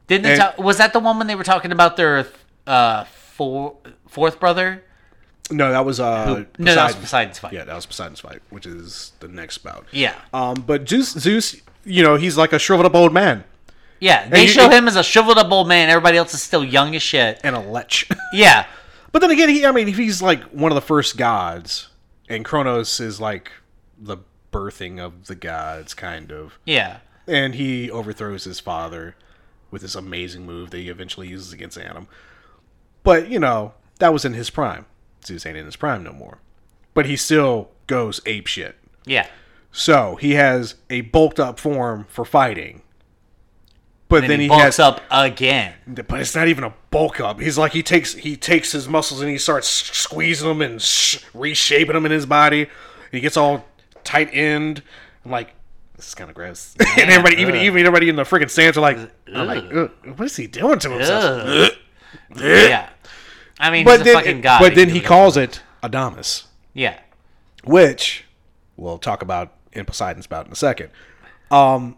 Speaker 2: Didn't they
Speaker 1: And-
Speaker 2: ta- was that the one when they were talking about their uh four, fourth brother?
Speaker 1: No, that was uh.
Speaker 2: No, that was
Speaker 1: Poseidon.
Speaker 2: Poseidon's fight.
Speaker 1: Yeah, that was Poseidon's fight, which is the next bout.
Speaker 2: yeah.
Speaker 1: Um, but Zeus, Zeus, you know, he's like a shriveled up old man
Speaker 2: Yeah, they
Speaker 1: you-
Speaker 2: show
Speaker 1: it-
Speaker 2: him as a shriveled up old man. Everybody else is still young as shit.
Speaker 1: and a lech.
Speaker 2: Yeah,
Speaker 1: but then again, he, I mean, if he's like one of the first gods, and Kronos is like the birthing of the gods, kind of,
Speaker 2: yeah,
Speaker 1: and he overthrows his father with this amazing move that he eventually uses against Adam. But you know, that was in his prime. Zeus ain't in his prime no more, but he still goes ape shit.
Speaker 2: yeah.
Speaker 1: So he has a bulked up form for fighting. But
Speaker 2: Then,
Speaker 1: then,
Speaker 2: he,
Speaker 1: he,
Speaker 2: bulks
Speaker 1: has
Speaker 2: up again.
Speaker 1: but it's not even a bulk up. He's like he takes he takes his muscles and he starts squeezing them and sh- reshaping them in his body. He gets all tight end. I'm like, this is kind of gross. and everybody, even
Speaker 2: ugh.
Speaker 1: even everybody in the freaking stands are like, I'm like, "Ugh, what is he doing to himself?
Speaker 2: Ugh. yeah, I mean,
Speaker 1: Eh. But
Speaker 2: he's a
Speaker 1: then,
Speaker 2: fucking god.
Speaker 1: but then
Speaker 2: can
Speaker 1: he
Speaker 2: do it.
Speaker 1: calls it Adamas,
Speaker 2: Yeah,
Speaker 1: which we'll talk about in Poseidon's bout in a second. Um,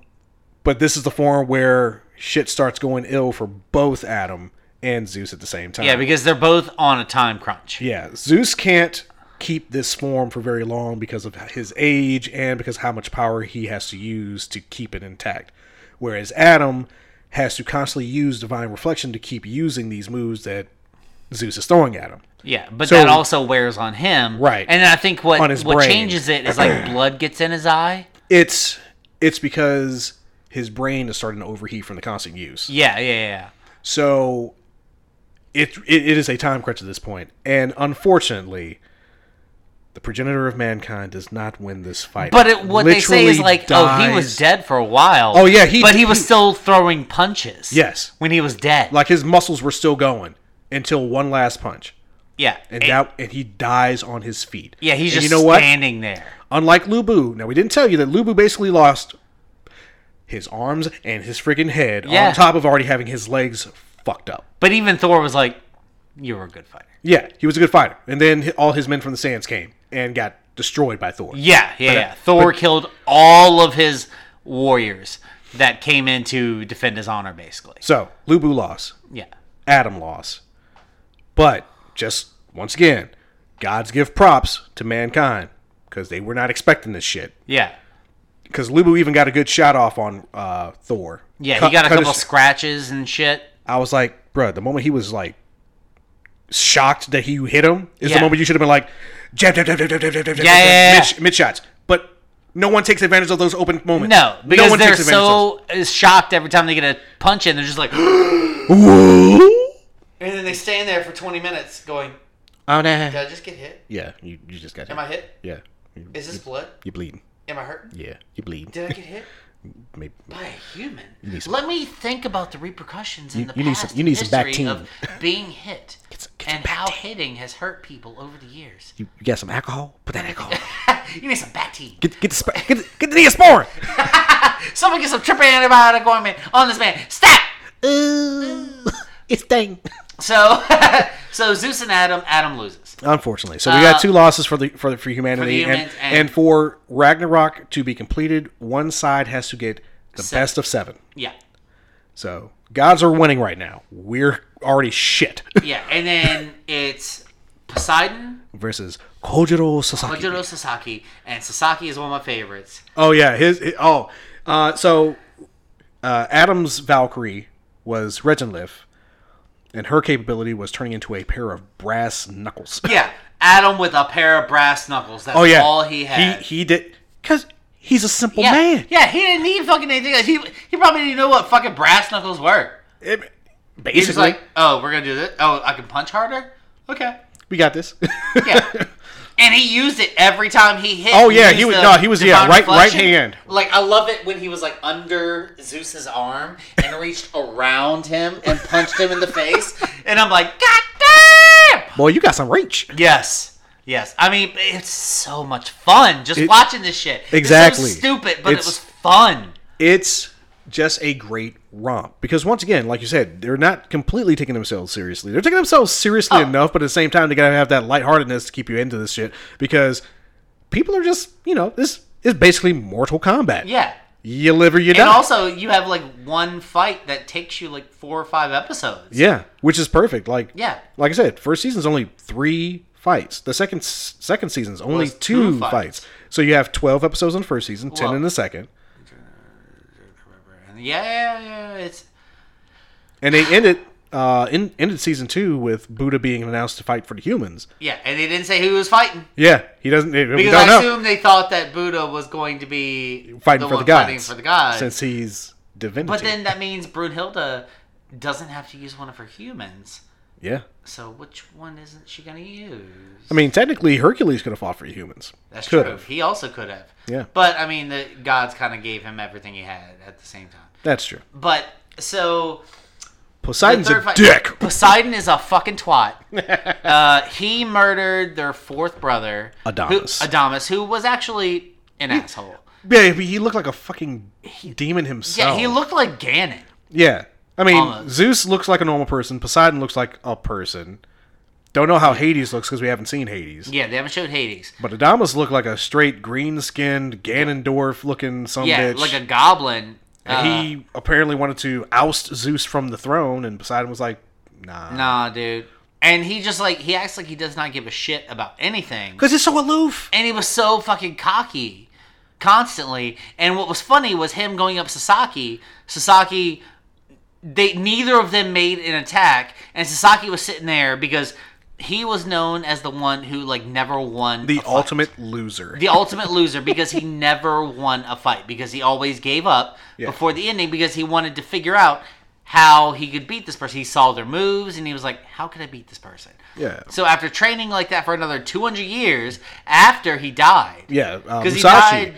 Speaker 1: but this is the form where shit starts going ill for both Adam and Zeus at the same time.
Speaker 2: yeah, because they're both on a time crunch.
Speaker 1: Yeah, Zeus can't keep this form for very long because of his age and because how much power he has to use to keep it intact. Whereas Adam has to constantly use divine reflection to keep using these moves that Zeus is throwing at him.
Speaker 2: Yeah, but
Speaker 1: So-
Speaker 2: that also wears on him,
Speaker 1: Right.
Speaker 2: And I think what
Speaker 1: On his
Speaker 2: what
Speaker 1: brain.
Speaker 2: changes it is like blood gets in his eye.
Speaker 1: It's it's because his brain is starting to overheat from the constant use.
Speaker 2: Yeah, yeah, yeah.
Speaker 1: So it, it it is a time crunch at this point, and unfortunately, the progenitor of mankind does not win this fight.
Speaker 2: But it, what they say is
Speaker 1: Literally
Speaker 2: like, oh, he was
Speaker 1: dies-
Speaker 2: dead for a while.
Speaker 1: Oh, yeah, he-
Speaker 2: but he was
Speaker 1: he-
Speaker 2: still throwing punches.
Speaker 1: Yes.
Speaker 2: when he was dead.
Speaker 1: Like his muscles were still going until one last punch,
Speaker 2: yeah,
Speaker 1: and
Speaker 2: It-
Speaker 1: that and he dies on his feet.
Speaker 2: yeah, he's
Speaker 1: And
Speaker 2: just
Speaker 1: you know what?
Speaker 2: standing there.
Speaker 1: Unlike Lubu, now we didn't tell you that Lubu basically lost his arms and his freaking head
Speaker 2: Yeah.
Speaker 1: on top of already having his legs fucked up.
Speaker 2: But even Thor was like, "You were a good fighter."
Speaker 1: Yeah, he was a good fighter, and then hi- all his men from the sands came and got destroyed by Thor.
Speaker 2: Yeah, yeah, yeah. Thor killed all of his warriors that came in to defend his honor, basically.
Speaker 1: So Lubu lost,
Speaker 2: Yeah,
Speaker 1: Adam lost, but just once again, gods give props to mankind because they were not expecting this shit.
Speaker 2: yeah,
Speaker 1: Because Lubu even got a good shot off on uh, Thor.
Speaker 2: yeah.
Speaker 1: Cut-
Speaker 2: he got a
Speaker 1: cut
Speaker 2: couple
Speaker 1: his-
Speaker 2: scratches and shit.
Speaker 1: I was like, bruh, the moment he was like shocked that you hit him is
Speaker 2: Yeah.
Speaker 1: the moment you should have been like jab jab jab jab jab jab jab jab jab,
Speaker 2: Yeah,
Speaker 1: jab,
Speaker 2: yeah, yeah.
Speaker 1: mid, mid shots. But no one takes advantage of those open moments.
Speaker 2: No, because
Speaker 1: one
Speaker 2: they're
Speaker 1: takes advantage of
Speaker 2: so shocked every time they get a punch in, they're just like, and
Speaker 1: those.
Speaker 2: then they stand there for 20 minutes going,
Speaker 1: Oh nah.
Speaker 2: I just get hit?
Speaker 1: Yeah, you, you just got hit.
Speaker 2: hit?
Speaker 1: Yeah, you,
Speaker 2: Is this blood?
Speaker 1: you bleeding.
Speaker 2: Am I hurt?
Speaker 1: Yeah, you bleeding.
Speaker 2: Did I get hit
Speaker 1: Maybe.
Speaker 2: by a human? Let me think about the repercussions in the
Speaker 1: you need some-
Speaker 2: past
Speaker 1: you need some
Speaker 2: history
Speaker 1: Bactine.
Speaker 2: of being hit
Speaker 1: Get some- get some
Speaker 2: and how hitting has hurt people over the years.
Speaker 1: You, you got some alcohol? Put that alcohol.
Speaker 2: you need some Bactine.
Speaker 1: Get get the sp- get the- get the Neosporin.
Speaker 2: Someone get some triple antibiotic ointment on this man. Stop!
Speaker 1: Ooh, it's dang.
Speaker 2: So, so Zeus and Adam, Adam loses.
Speaker 1: Unfortunately, so we got two losses for the for the, for humanity,
Speaker 2: Uh, For the
Speaker 1: and,
Speaker 2: humans
Speaker 1: and
Speaker 2: and-
Speaker 1: for Ragnarok to be completed, one side has to get the
Speaker 2: Seven.
Speaker 1: best of seven.
Speaker 2: Yeah.
Speaker 1: So gods are winning right now. We're already shit
Speaker 2: Yeah, and then it's Poseidon,
Speaker 1: versus Kojiro Sasaki.
Speaker 2: Kojiro Sasaki, and Sasaki is one of my favorites.
Speaker 1: Oh yeah, his, hi- oh, uh, so uh, Adam's Valkyrie was Reginlif, and her capability was turning into a pair of brass knuckles.
Speaker 2: Yeah, Adam with a pair of brass knuckles. That's
Speaker 1: oh yeah,
Speaker 2: all he had.
Speaker 1: He he did because he's a simple
Speaker 2: yeah,
Speaker 1: man.
Speaker 2: yeah, he didn't need fucking anything. else. He he probably didn't know what fucking brass knuckles were.
Speaker 1: It-
Speaker 2: He's just
Speaker 1: basically,
Speaker 2: like, oh, we're gonna do this. Oh, I can punch harder. Okay.
Speaker 1: we got this.
Speaker 2: Yeah. and he used it every time he hit.
Speaker 1: Oh, yeah, he
Speaker 2: used
Speaker 1: was-
Speaker 2: the
Speaker 1: no, he was- yeah,
Speaker 2: divine
Speaker 1: right- right
Speaker 2: reflection.
Speaker 1: hand.
Speaker 2: Like I love it when he was like under Zeus's arm and reached around him and punched him in the face, and I'm like, God damn!
Speaker 1: Boy, you got some reach.
Speaker 2: Yes. Yes, I mean it's so much fun just watching this shit. It's so
Speaker 1: Exactly.
Speaker 2: stupid, but
Speaker 1: It's-
Speaker 2: it was fun.
Speaker 1: It's just a great romp because once again, like you said, they're not completely taking themselves seriously. They're taking themselves seriously
Speaker 2: Oh.
Speaker 1: enough, but at the same time, they gotta have that lightheartedness to keep you into this shit because people are just, you know, this is basically Mortal Kombat.
Speaker 2: Yeah,
Speaker 1: you live or you die.
Speaker 2: and also you have like one fight that takes you like four or five episodes.
Speaker 1: yeah, which is perfect. Like
Speaker 2: Yeah.
Speaker 1: like I said, first season's only three fights. The second s- second season's only
Speaker 2: it's
Speaker 1: two,
Speaker 2: two
Speaker 1: fights.
Speaker 2: fights.
Speaker 1: So you have twelve episodes in the first season, ten
Speaker 2: Well-
Speaker 1: in the second,
Speaker 2: And yeah, yeah, yeah, it's
Speaker 1: and they ended uh, in, ended season two with Buddha being announced to fight for the humans.
Speaker 2: yeah, and they didn't say who was fighting.
Speaker 1: Yeah, he doesn't. we
Speaker 2: Because
Speaker 1: don't
Speaker 2: I
Speaker 1: know.
Speaker 2: assume they thought that Buddha was going to be
Speaker 1: fighting
Speaker 2: the
Speaker 1: for the
Speaker 2: one
Speaker 1: gods,
Speaker 2: fighting for the gods.
Speaker 1: since he's divinity.
Speaker 2: but then that means Brunhilde doesn't have to use one of her humans.
Speaker 1: yeah,
Speaker 2: So which one isn't she going to use?
Speaker 1: I mean, technically Hercules could have fought for humans.
Speaker 2: That's
Speaker 1: could
Speaker 2: true.
Speaker 1: have.
Speaker 2: He also could have.
Speaker 1: Yeah.
Speaker 2: But I mean, the gods kind of gave him everything he had at the same time.
Speaker 1: That's true.
Speaker 2: But so
Speaker 1: Poseidon's
Speaker 2: The
Speaker 1: a
Speaker 2: third fight-
Speaker 1: dick.
Speaker 2: Poseidon is a fucking twat. uh, he murdered their fourth brother, who-
Speaker 1: Adonis.
Speaker 2: Adonis, who was actually an asshole.
Speaker 1: Yeah, he he looked like a fucking demon himself.
Speaker 2: Yeah, he looked like Ganon.
Speaker 1: Yeah, I mean,
Speaker 2: Almost.
Speaker 1: Zeus looks like a normal person. Poseidon looks like a person. Don't know how Hades looks because we haven't seen Hades.
Speaker 2: Yeah, they haven't showed Hades.
Speaker 1: But Adamas looked like a straight green-skinned Ganondorf-looking some
Speaker 2: Yeah,
Speaker 1: bitch.
Speaker 2: like a goblin.
Speaker 1: and
Speaker 2: Uh,
Speaker 1: he apparently wanted to oust Zeus from the throne, and Poseidon was like, "Nah,
Speaker 2: nah, dude. And he just like he acts like he does not give a shit about anything.
Speaker 1: because he's so aloof."
Speaker 2: and he was so fucking cocky constantly. And what was funny was him going up Sasaki. Sasaki they neither of them made an attack, and Sasaki was sitting there because he was known as the one who like never won
Speaker 1: The
Speaker 2: a fight.
Speaker 1: ultimate loser.
Speaker 2: the ultimate loser because he never won a fight because he always gave up before the ending because he wanted to figure out how he could beat this person. He saw their moves and he was like, "How could I beat this person?"
Speaker 1: Yeah.
Speaker 2: So after training like that for another 200 years, after he died,
Speaker 1: yeah, uh, Musashi.
Speaker 2: because he died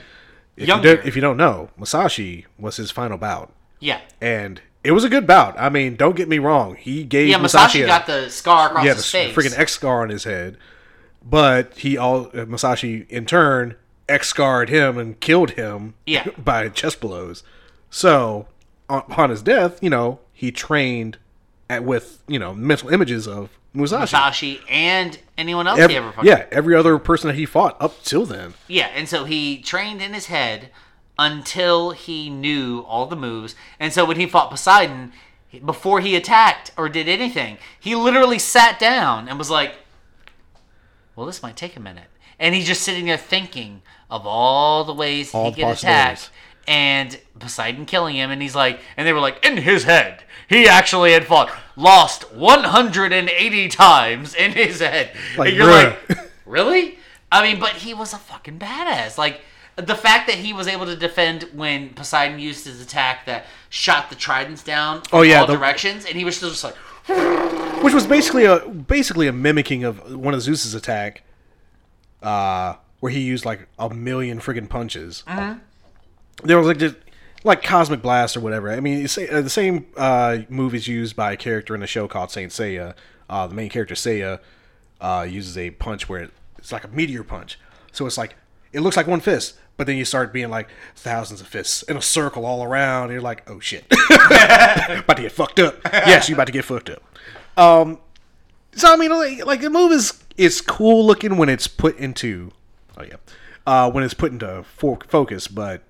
Speaker 1: if, you
Speaker 2: younger.
Speaker 1: don't, if you don't know, Musashi was his final bout,
Speaker 2: yeah.
Speaker 1: and it was a good bout. I mean, don't get me wrong. He gave
Speaker 2: Yeah, Masashi
Speaker 1: a-
Speaker 2: got the scar across
Speaker 1: yeah, the
Speaker 2: his face.
Speaker 1: freaking X scar on his head. But he all uh, Masashi in turn X scarred him and killed him.
Speaker 2: Yeah.
Speaker 1: by chest blows. So on, upon his death, you know he trained at, with you know mental images of Musashi.
Speaker 2: Masashi and anyone else
Speaker 1: Ev-
Speaker 2: he ever fought.
Speaker 1: yeah, every other person that he fought up till then.
Speaker 2: Yeah, and so he trained in his head until he knew all the moves. And so when he fought Poseidon, before he attacked or did anything, he literally sat down and was like, "Well, this might take a minute." And he's just sitting there thinking of all the ways
Speaker 1: All
Speaker 2: he
Speaker 1: the
Speaker 2: could attack.
Speaker 1: possibilities.
Speaker 2: And Poseidon killing him, and he's like, and they were like, in his head, he actually had fought, lost 180 times in his head.
Speaker 1: Like,
Speaker 2: and you're
Speaker 1: bruh.
Speaker 2: like, Really? I mean, but he was a fucking badass. Like the fact that he was able to defend when Poseidon used his attack that shot the tridents down from
Speaker 1: Oh, yeah,
Speaker 2: all
Speaker 1: the-
Speaker 2: directions, and he was still just like,
Speaker 1: which was basically a basically a mimicking of one of Zeus's attack, uh, where he used like a million friggin' punches. There was like just like cosmic blast or whatever. I mean, it's, uh, the same uh, move is used by a character in a show called Saint Seiya. Uh, the main character Seiya uh, uses a punch where it's like a meteor punch. So it's like it looks like one fist, but then you start being like thousands of fists in a circle all around. And you're like, oh shit, about to get fucked up. Yes, you about to get fucked up. So I mean, like, like the move is is cool looking when it's put into, oh yeah, uh, when it's put into fo- focus. But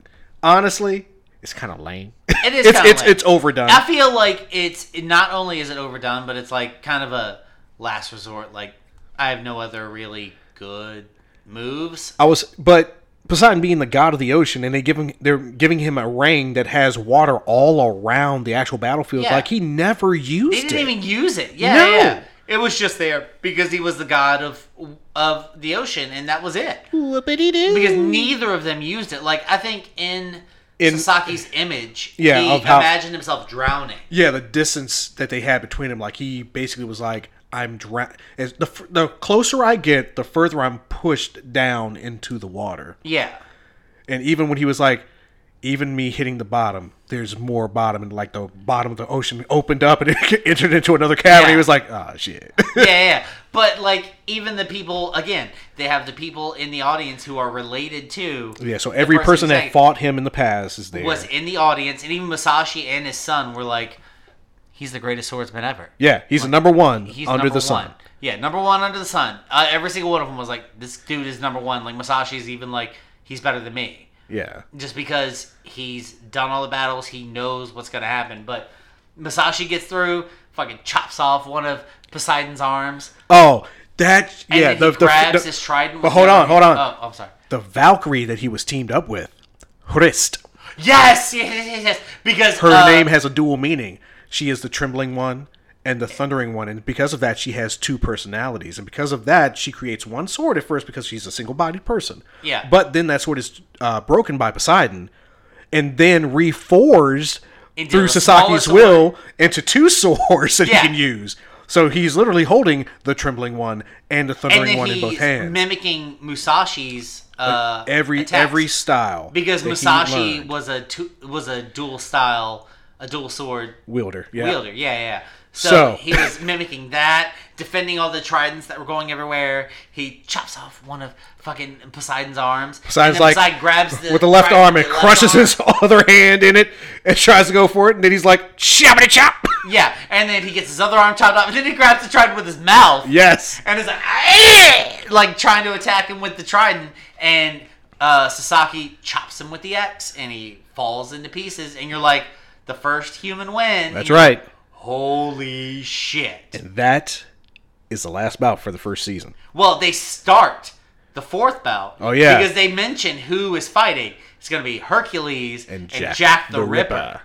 Speaker 1: honestly, it's kind of lame.
Speaker 2: "It is
Speaker 1: It's
Speaker 2: kind
Speaker 1: it's,
Speaker 2: of
Speaker 1: it's overdone.
Speaker 2: I feel like it's not only is it overdone, but it's like kind of a last resort. Like I have no other really good moves.
Speaker 1: I was, but Poseidon being the god of the ocean, and they give him they're giving him a ring that has water all around the actual battlefield.
Speaker 2: Yeah.
Speaker 1: Like he never used
Speaker 2: He didn't
Speaker 1: it.
Speaker 2: even use it. Yeah,
Speaker 1: No.
Speaker 2: yeah. It was just there because he was the god of of the ocean, and that was it.
Speaker 1: Whoopity-doo.
Speaker 2: because neither of them used it. Like I think in,
Speaker 1: In-
Speaker 2: Sasaki's image,
Speaker 1: Yeah,
Speaker 2: he
Speaker 1: of how-
Speaker 2: imagined himself drowning.
Speaker 1: Yeah, the distance that they had between them, like he basically was like, "I'm drown." As the f- the closer I get, the further I'm pushed down into the water.
Speaker 2: Yeah,
Speaker 1: And even when he was like, "Even me hitting the bottom, there's more bottom," and like the bottom of the ocean opened up and it entered into another cavern.
Speaker 2: Yeah.
Speaker 1: He was like, "Ah, shit."
Speaker 2: yeah, yeah. But like even the people again, they have the people in the audience who are related to.
Speaker 1: yeah. So every
Speaker 2: person
Speaker 1: person,
Speaker 2: saying-
Speaker 1: that fought him in the past is there.
Speaker 2: Was in the audience, and even Masashi and his son were like, "He's the greatest swordsman ever."
Speaker 1: yeah, he's the number one
Speaker 2: He's
Speaker 1: under
Speaker 2: number
Speaker 1: the sun.
Speaker 2: One. Yeah, number one under the sun. Uh, every single one of them was like, "This dude is number one." Like Masashi's even like, "He's better than me."
Speaker 1: Yeah.
Speaker 2: just because he's done all the battles, he knows what's gonna happen. But Masashi gets through, fucking chops off one of Poseidon's arms,
Speaker 1: Oh, that
Speaker 2: and
Speaker 1: yeah.
Speaker 2: then
Speaker 1: the,
Speaker 2: he
Speaker 1: the-
Speaker 2: grabs
Speaker 1: the-
Speaker 2: his trident. with
Speaker 1: But
Speaker 2: the
Speaker 1: hold
Speaker 2: other
Speaker 1: on, hold
Speaker 2: hand.
Speaker 1: on.
Speaker 2: Oh, I'm sorry.
Speaker 1: the Valkyrie that he was teamed up with, Hrist.
Speaker 2: Yes, yes, yes, yes, yes. Because
Speaker 1: her
Speaker 2: uh,
Speaker 1: name has a dual meaning. She is the trembling one and the thundering one, and because of that, she has two personalities. And because of that, she creates one sword at first because she's a single-bodied person.
Speaker 2: Yeah.
Speaker 1: But then that sword is uh, broken by Poseidon, and then reforged
Speaker 2: Into
Speaker 1: through
Speaker 2: a
Speaker 1: Sasaki's
Speaker 2: smaller
Speaker 1: will into two swords that
Speaker 2: Yeah.
Speaker 1: he can use. So he's literally holding the trembling one and the
Speaker 2: and
Speaker 1: thundering
Speaker 2: then
Speaker 1: one in
Speaker 2: he's
Speaker 1: both hands.
Speaker 2: mimicking Musashi's uh,
Speaker 1: every
Speaker 2: attacks.
Speaker 1: every style
Speaker 2: because
Speaker 1: that he
Speaker 2: Musashi
Speaker 1: learned.
Speaker 2: was a two, was a dual style a dual sword
Speaker 1: wielder. Yeah.
Speaker 2: wielder. Yeah, yeah. So,
Speaker 1: So-
Speaker 2: he was mimicking that, defending all the tridents that were going everywhere. He chops off one of fucking Poseidon's arms.
Speaker 1: Poseidon's
Speaker 2: and then
Speaker 1: like
Speaker 2: Poseidon grabs the
Speaker 1: with the left
Speaker 2: trident
Speaker 1: arm
Speaker 2: with
Speaker 1: and
Speaker 2: the left
Speaker 1: crushes
Speaker 2: arm.
Speaker 1: his other hand in it and tries to go for it, and then he's like, chop it, chop.
Speaker 2: Yeah, and then he gets his other arm chopped off, and then he grabs the trident with his mouth.
Speaker 1: Yes.
Speaker 2: and is like, "Ah!" like trying to attack him with the trident, and uh, Sasaki chops him with the axe, and he falls into pieces. And you're like, the first human
Speaker 1: That's
Speaker 2: win. And you're
Speaker 1: right.
Speaker 2: like, Holy shit!
Speaker 1: That is the last bout for the first season.
Speaker 2: Well, they start the fourth bout.
Speaker 1: Oh, yeah.
Speaker 2: because they mention who is fighting. It's gonna be Hercules and, Jack, the, Ripper.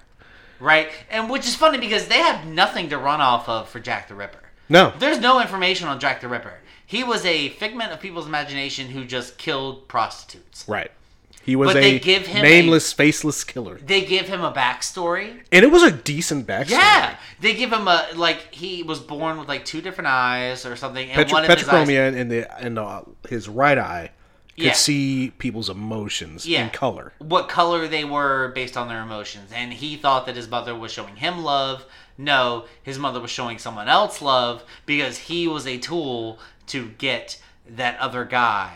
Speaker 2: right? And which is funny because they have nothing to run off of for Jack the Ripper.
Speaker 1: No.
Speaker 2: There's no information on Jack the Ripper. He was a figment of people's imagination who just killed prostitutes.
Speaker 1: Right. He was
Speaker 2: But
Speaker 1: a
Speaker 2: they give him
Speaker 1: nameless, faceless killer.
Speaker 2: They give him a backstory.
Speaker 1: And it was a decent backstory.
Speaker 2: Yeah, they give him a like he was born with like two different eyes or something, and
Speaker 1: Petro-
Speaker 2: one of his eyes
Speaker 1: Petrochromia in the in uh, his right eye could
Speaker 2: Yeah.
Speaker 1: see people's emotions in color.
Speaker 2: What color they were based on their emotions. And he thought that his mother was showing him love. No, his mother was showing someone else love because he was a tool to get that other guy.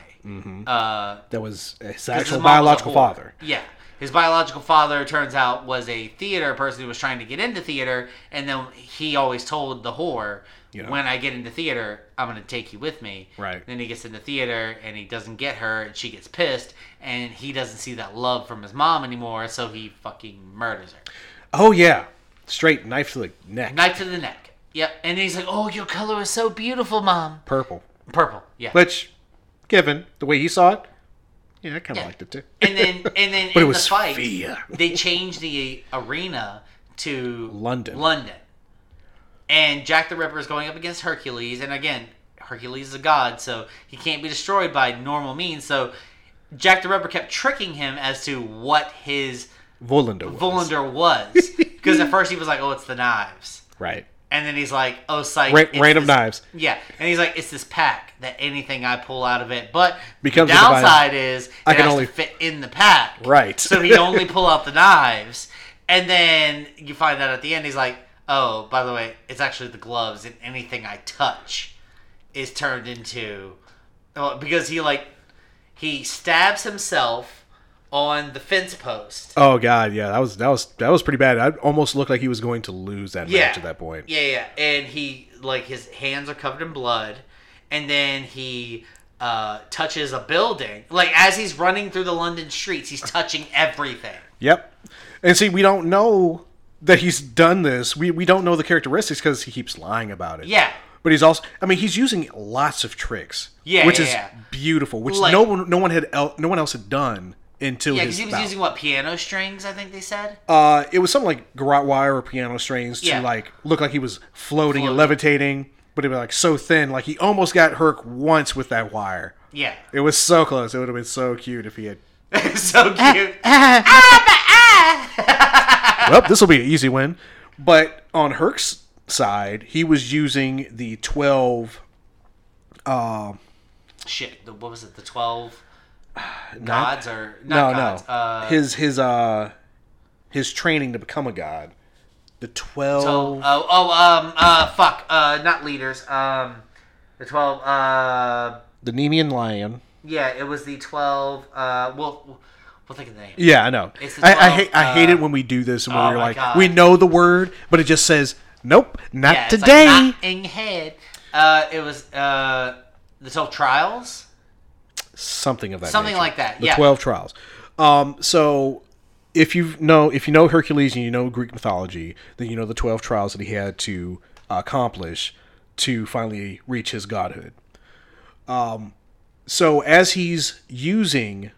Speaker 2: Uh,
Speaker 1: That was his
Speaker 2: 'cause his
Speaker 1: actual
Speaker 2: mom was a
Speaker 1: biological
Speaker 2: whore.
Speaker 1: father.
Speaker 2: Yeah. His biological father turns out was a theater person who was trying to get into theater, and then he always told the whore,
Speaker 1: Yeah.
Speaker 2: "When I get into theater, I'm going to take you with me."
Speaker 1: Right.
Speaker 2: Then he gets into theater, and he doesn't get her, and she gets pissed, and he doesn't see that love from his mom anymore, so he fucking murders her,
Speaker 1: Oh yeah, straight knife to the neck,
Speaker 2: knife to the neck. Yep. And he's like, "Oh, your color is so beautiful, mom."
Speaker 1: purple.
Speaker 2: Purple. Yeah.
Speaker 1: Which, given the way he saw it, yeah, I kind of
Speaker 2: Yeah.
Speaker 1: liked it too.
Speaker 2: and then, and then,
Speaker 1: But
Speaker 2: in
Speaker 1: it was
Speaker 2: the fight,
Speaker 1: fear.
Speaker 2: they changed the arena to
Speaker 1: London.
Speaker 2: London. And Jack the Ripper is going up against Hercules, and again, Hercules is a god, so he can't be destroyed by normal means. So Jack the Ripper kept tricking him as to what his
Speaker 1: Volander was
Speaker 2: Volander was, because at first he was like, "Oh, it's the knives,"
Speaker 1: right.
Speaker 2: and then he's like, "Oh, psych,
Speaker 1: Ra-
Speaker 2: it's
Speaker 1: random
Speaker 2: this-
Speaker 1: knives.
Speaker 2: Yeah, and he's like, "It's this pack that anything I pull out of it." But
Speaker 1: Becomes
Speaker 2: the
Speaker 1: a device.
Speaker 2: downside is it
Speaker 1: I can
Speaker 2: has
Speaker 1: only-
Speaker 2: to fit in the pack,
Speaker 1: Right.
Speaker 2: So he only pull out the knives, and then you find out at the end he's like, "Oh, by the way, it's actually the gloves, and anything I touch is turned into," well, because he like he stabs himself on the fence post.
Speaker 1: Oh god, yeah, that was that was that was pretty bad. I almost looked like he was going to lose that
Speaker 2: yeah.
Speaker 1: match at that point.
Speaker 2: Yeah, yeah. And he like his hands are covered in blood, and then he uh, touches a building. Like as he's running through the London streets, he's touching everything.
Speaker 1: Yep. And see, we don't know that he's done this. We we don't know the characteristics because he keeps lying about it.
Speaker 2: Yeah.
Speaker 1: But he's also, I mean, he's using lots of tricks.
Speaker 2: Yeah,
Speaker 1: Which
Speaker 2: yeah,
Speaker 1: is
Speaker 2: yeah.
Speaker 1: beautiful. Which
Speaker 2: Like-
Speaker 1: no one, no one had, el- no one else had done until
Speaker 2: Yeah,
Speaker 1: his.
Speaker 2: because he was
Speaker 1: bout.
Speaker 2: using what piano strings, I think they said.
Speaker 1: uh, it was something like garrote wire or piano strings to
Speaker 2: Yeah.
Speaker 1: like look like he was floating,
Speaker 2: Floating.
Speaker 1: and levitating, but it was like so thin, like he almost got Herc once with that wire.
Speaker 2: Yeah,
Speaker 1: It was so close. It would have been so cute if he had.
Speaker 2: so cute. Ah.
Speaker 1: well, this will be an easy win. But on Herc's side, he was using the twelve
Speaker 2: Shit, the, what was it? The twelve gods or
Speaker 1: no,
Speaker 2: not gods?
Speaker 1: no.
Speaker 2: Uh,
Speaker 1: his his uh his training to become a god. The twelve.
Speaker 2: oh, oh, oh, um, uh, fuck, uh, not leaders. Um, the twelve. Uh,
Speaker 1: the Nemean lion.
Speaker 2: yeah, it was the twelve. Uh, we'll we'll think of the name.
Speaker 1: Yeah, I know.
Speaker 2: It's the
Speaker 1: I, I
Speaker 2: 12,
Speaker 1: hate I hate
Speaker 2: uh,
Speaker 1: it when we do this and when
Speaker 2: oh
Speaker 1: we're
Speaker 2: my
Speaker 1: like
Speaker 2: God.
Speaker 1: we know the word, but it just says nope, not
Speaker 2: Yeah, it's like
Speaker 1: today.
Speaker 2: not in head. Uh, it was uh, the twelve trials.
Speaker 1: Something of that.
Speaker 2: Something
Speaker 1: nature.
Speaker 2: like that,
Speaker 1: The
Speaker 2: yeah.
Speaker 1: twelve trials. Um. So if you know if you know Hercules and you know Greek mythology, then you know the twelve trials that he had to accomplish to finally reach his godhood. Um, So as he's using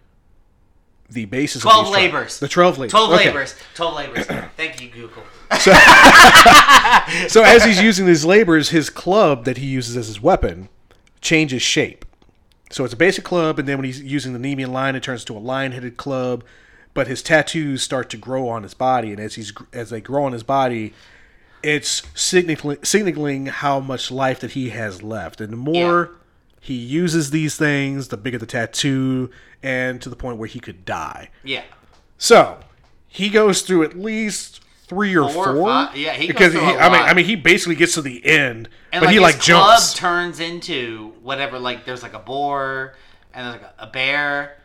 Speaker 1: the basis of these
Speaker 2: 12
Speaker 1: tri-
Speaker 2: labors.
Speaker 1: the twelve labors,
Speaker 2: Twelve
Speaker 1: Okay.
Speaker 2: labors. Twelve labors. Thank you, Google.
Speaker 1: So as he's using these labors, his club that he uses as his weapon changes shape. So it's a basic club, and then when he's using the Nemean lion, it turns to a lion-headed club. But his tattoos start to grow on his body, and as he's as they grow on his body, it's signaling signaling how much life that he has left. And the more he uses these things, the bigger the tattoo, and to the point where he could die.
Speaker 2: Yeah.
Speaker 1: So he goes through at least three or
Speaker 2: Four
Speaker 1: four.
Speaker 2: or five- yeah, he goes
Speaker 1: because
Speaker 2: through
Speaker 1: he,
Speaker 2: a
Speaker 1: I mean,
Speaker 2: lot.
Speaker 1: I mean, he basically gets to the end,
Speaker 2: And
Speaker 1: but
Speaker 2: like
Speaker 1: he
Speaker 2: his
Speaker 1: like jumps.
Speaker 2: club turns into whatever. Like there's like a boar and there's like a, a bear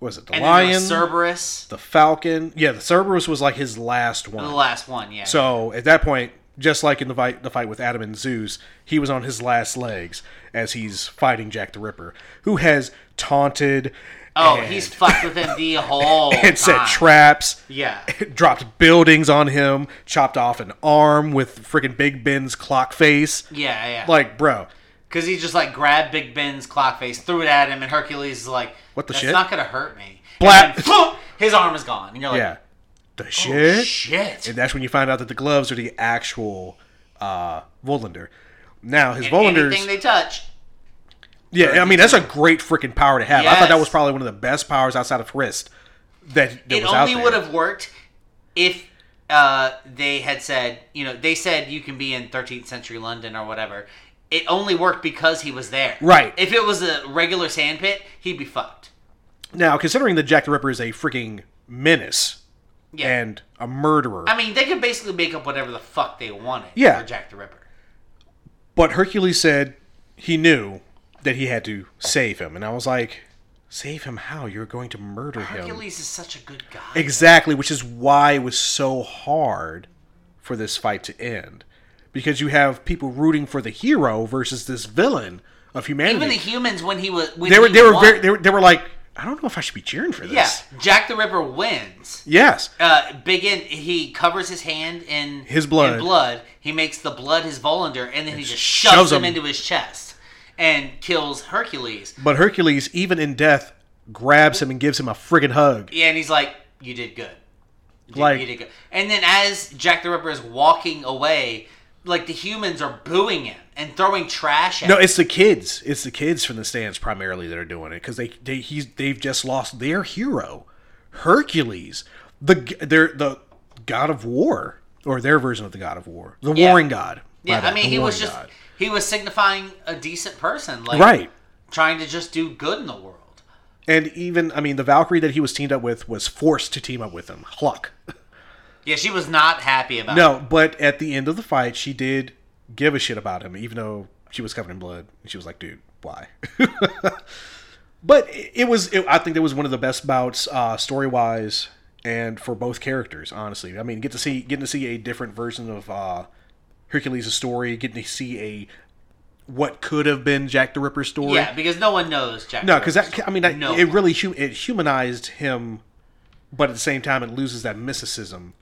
Speaker 1: was it the
Speaker 2: and then there
Speaker 1: lion,
Speaker 2: was Cerberus.
Speaker 1: the falcon? Yeah, the Cerberus was like his last one.
Speaker 2: The last one. Yeah.
Speaker 1: So at that point, just like in the fight, the fight with Adam and Zeus, he was on his last legs as he's fighting Jack the Ripper, who has taunted.
Speaker 2: oh,
Speaker 1: and,
Speaker 2: he's fucked with him the whole
Speaker 1: and set
Speaker 2: time.
Speaker 1: traps.
Speaker 2: Yeah.
Speaker 1: dropped buildings on him, chopped off an arm with freaking Big Ben's clock face.
Speaker 2: Yeah. Yeah.
Speaker 1: Like, bro,
Speaker 2: Because he just like grabbed Big Ben's clock face, threw it at him, and Hercules is like,
Speaker 1: What the
Speaker 2: That's
Speaker 1: shit?"
Speaker 2: not gonna hurt me.
Speaker 1: Blap.
Speaker 2: And then, his arm is gone, and you're like,
Speaker 1: yeah. the shit.
Speaker 2: Shit.
Speaker 1: And that's when you find out that the gloves are the actual uh, Volander. Now his
Speaker 2: Anything
Speaker 1: Volanders,
Speaker 2: they touch.
Speaker 1: yeah, I mean that's a great freaking power to have. I thought that
Speaker 2: Yes.
Speaker 1: was probably one of the best powers outside of wrist that, that
Speaker 2: it
Speaker 1: was out
Speaker 2: only
Speaker 1: there.
Speaker 2: would have worked if uh, they had said, you know, they said you can be in 13th century London or whatever. It only worked because he was there.
Speaker 1: Right.
Speaker 2: If it was a regular sandpit, he'd be fucked.
Speaker 1: Now, considering that Jack the Ripper is a freaking menace
Speaker 2: Yeah.
Speaker 1: and a murderer,
Speaker 2: I mean, they could basically make up whatever the fuck they wanted
Speaker 1: Yeah.
Speaker 2: for Jack the Ripper.
Speaker 1: but Hercules said he knew that he had to save him, and I was like, "Save him? How? You're going to murder him?"
Speaker 2: Hercules is such a good guy.
Speaker 1: Exactly, which is why it was so hard for this fight to end. Because you have people rooting for the hero versus this villain of humanity.
Speaker 2: Even the humans, when he was, when
Speaker 1: they were
Speaker 2: he
Speaker 1: they were
Speaker 2: won-
Speaker 1: very, they were they were like, I don't know if I should be cheering for this.
Speaker 2: yeah. Jack the Ripper wins.
Speaker 1: Yes.
Speaker 2: uh, Big End, he covers his hand in
Speaker 1: His blood.
Speaker 2: In blood. He makes the blood his Volander, and then he just
Speaker 1: shoves
Speaker 2: shoves, him
Speaker 1: him.
Speaker 2: into his chest and kills Hercules.
Speaker 1: But Hercules, even in death, grabs him and gives him a friggin' hug.
Speaker 2: Yeah, and he's like, "You did good. You did-
Speaker 1: Like-
Speaker 2: you did good." And then as Jack the Ripper is walking away, like the humans are booing him and throwing trash at
Speaker 1: No,
Speaker 2: him.
Speaker 1: it's the kids. It's the kids from the stands primarily that are doing it because they they he's they've just lost their hero, Hercules, the g- their the god of war or their version of the god of war, the
Speaker 2: Yeah.
Speaker 1: warring god. My
Speaker 2: Yeah, I
Speaker 1: bad,
Speaker 2: mean,
Speaker 1: the
Speaker 2: he was
Speaker 1: warring
Speaker 2: just
Speaker 1: god.
Speaker 2: he was signifying a decent person, like
Speaker 1: right.
Speaker 2: trying to just do good in the world.
Speaker 1: And even I mean, the Valkyrie that he was teamed up with was forced to team up with him, Hluck.
Speaker 2: Yeah, she was not happy about it.
Speaker 1: No, but at the end of the fight, she did give a shit about him, even though she was covered in blood. She was like, "Dude, why?" but it it was. It, I think that was one of the best bouts, uh, story wise, and for both characters. Honestly, I mean, get to see getting to see a different version of uh, Hercules' story, getting to see a what could have been Jack the Ripper's story.
Speaker 2: Yeah, because no one knows Jack.
Speaker 1: No,
Speaker 2: the
Speaker 1: because
Speaker 2: Ripper's
Speaker 1: that I mean that,
Speaker 2: No
Speaker 1: it
Speaker 2: one.
Speaker 1: really hu- it humanized him, but at the same time it loses that mysticism.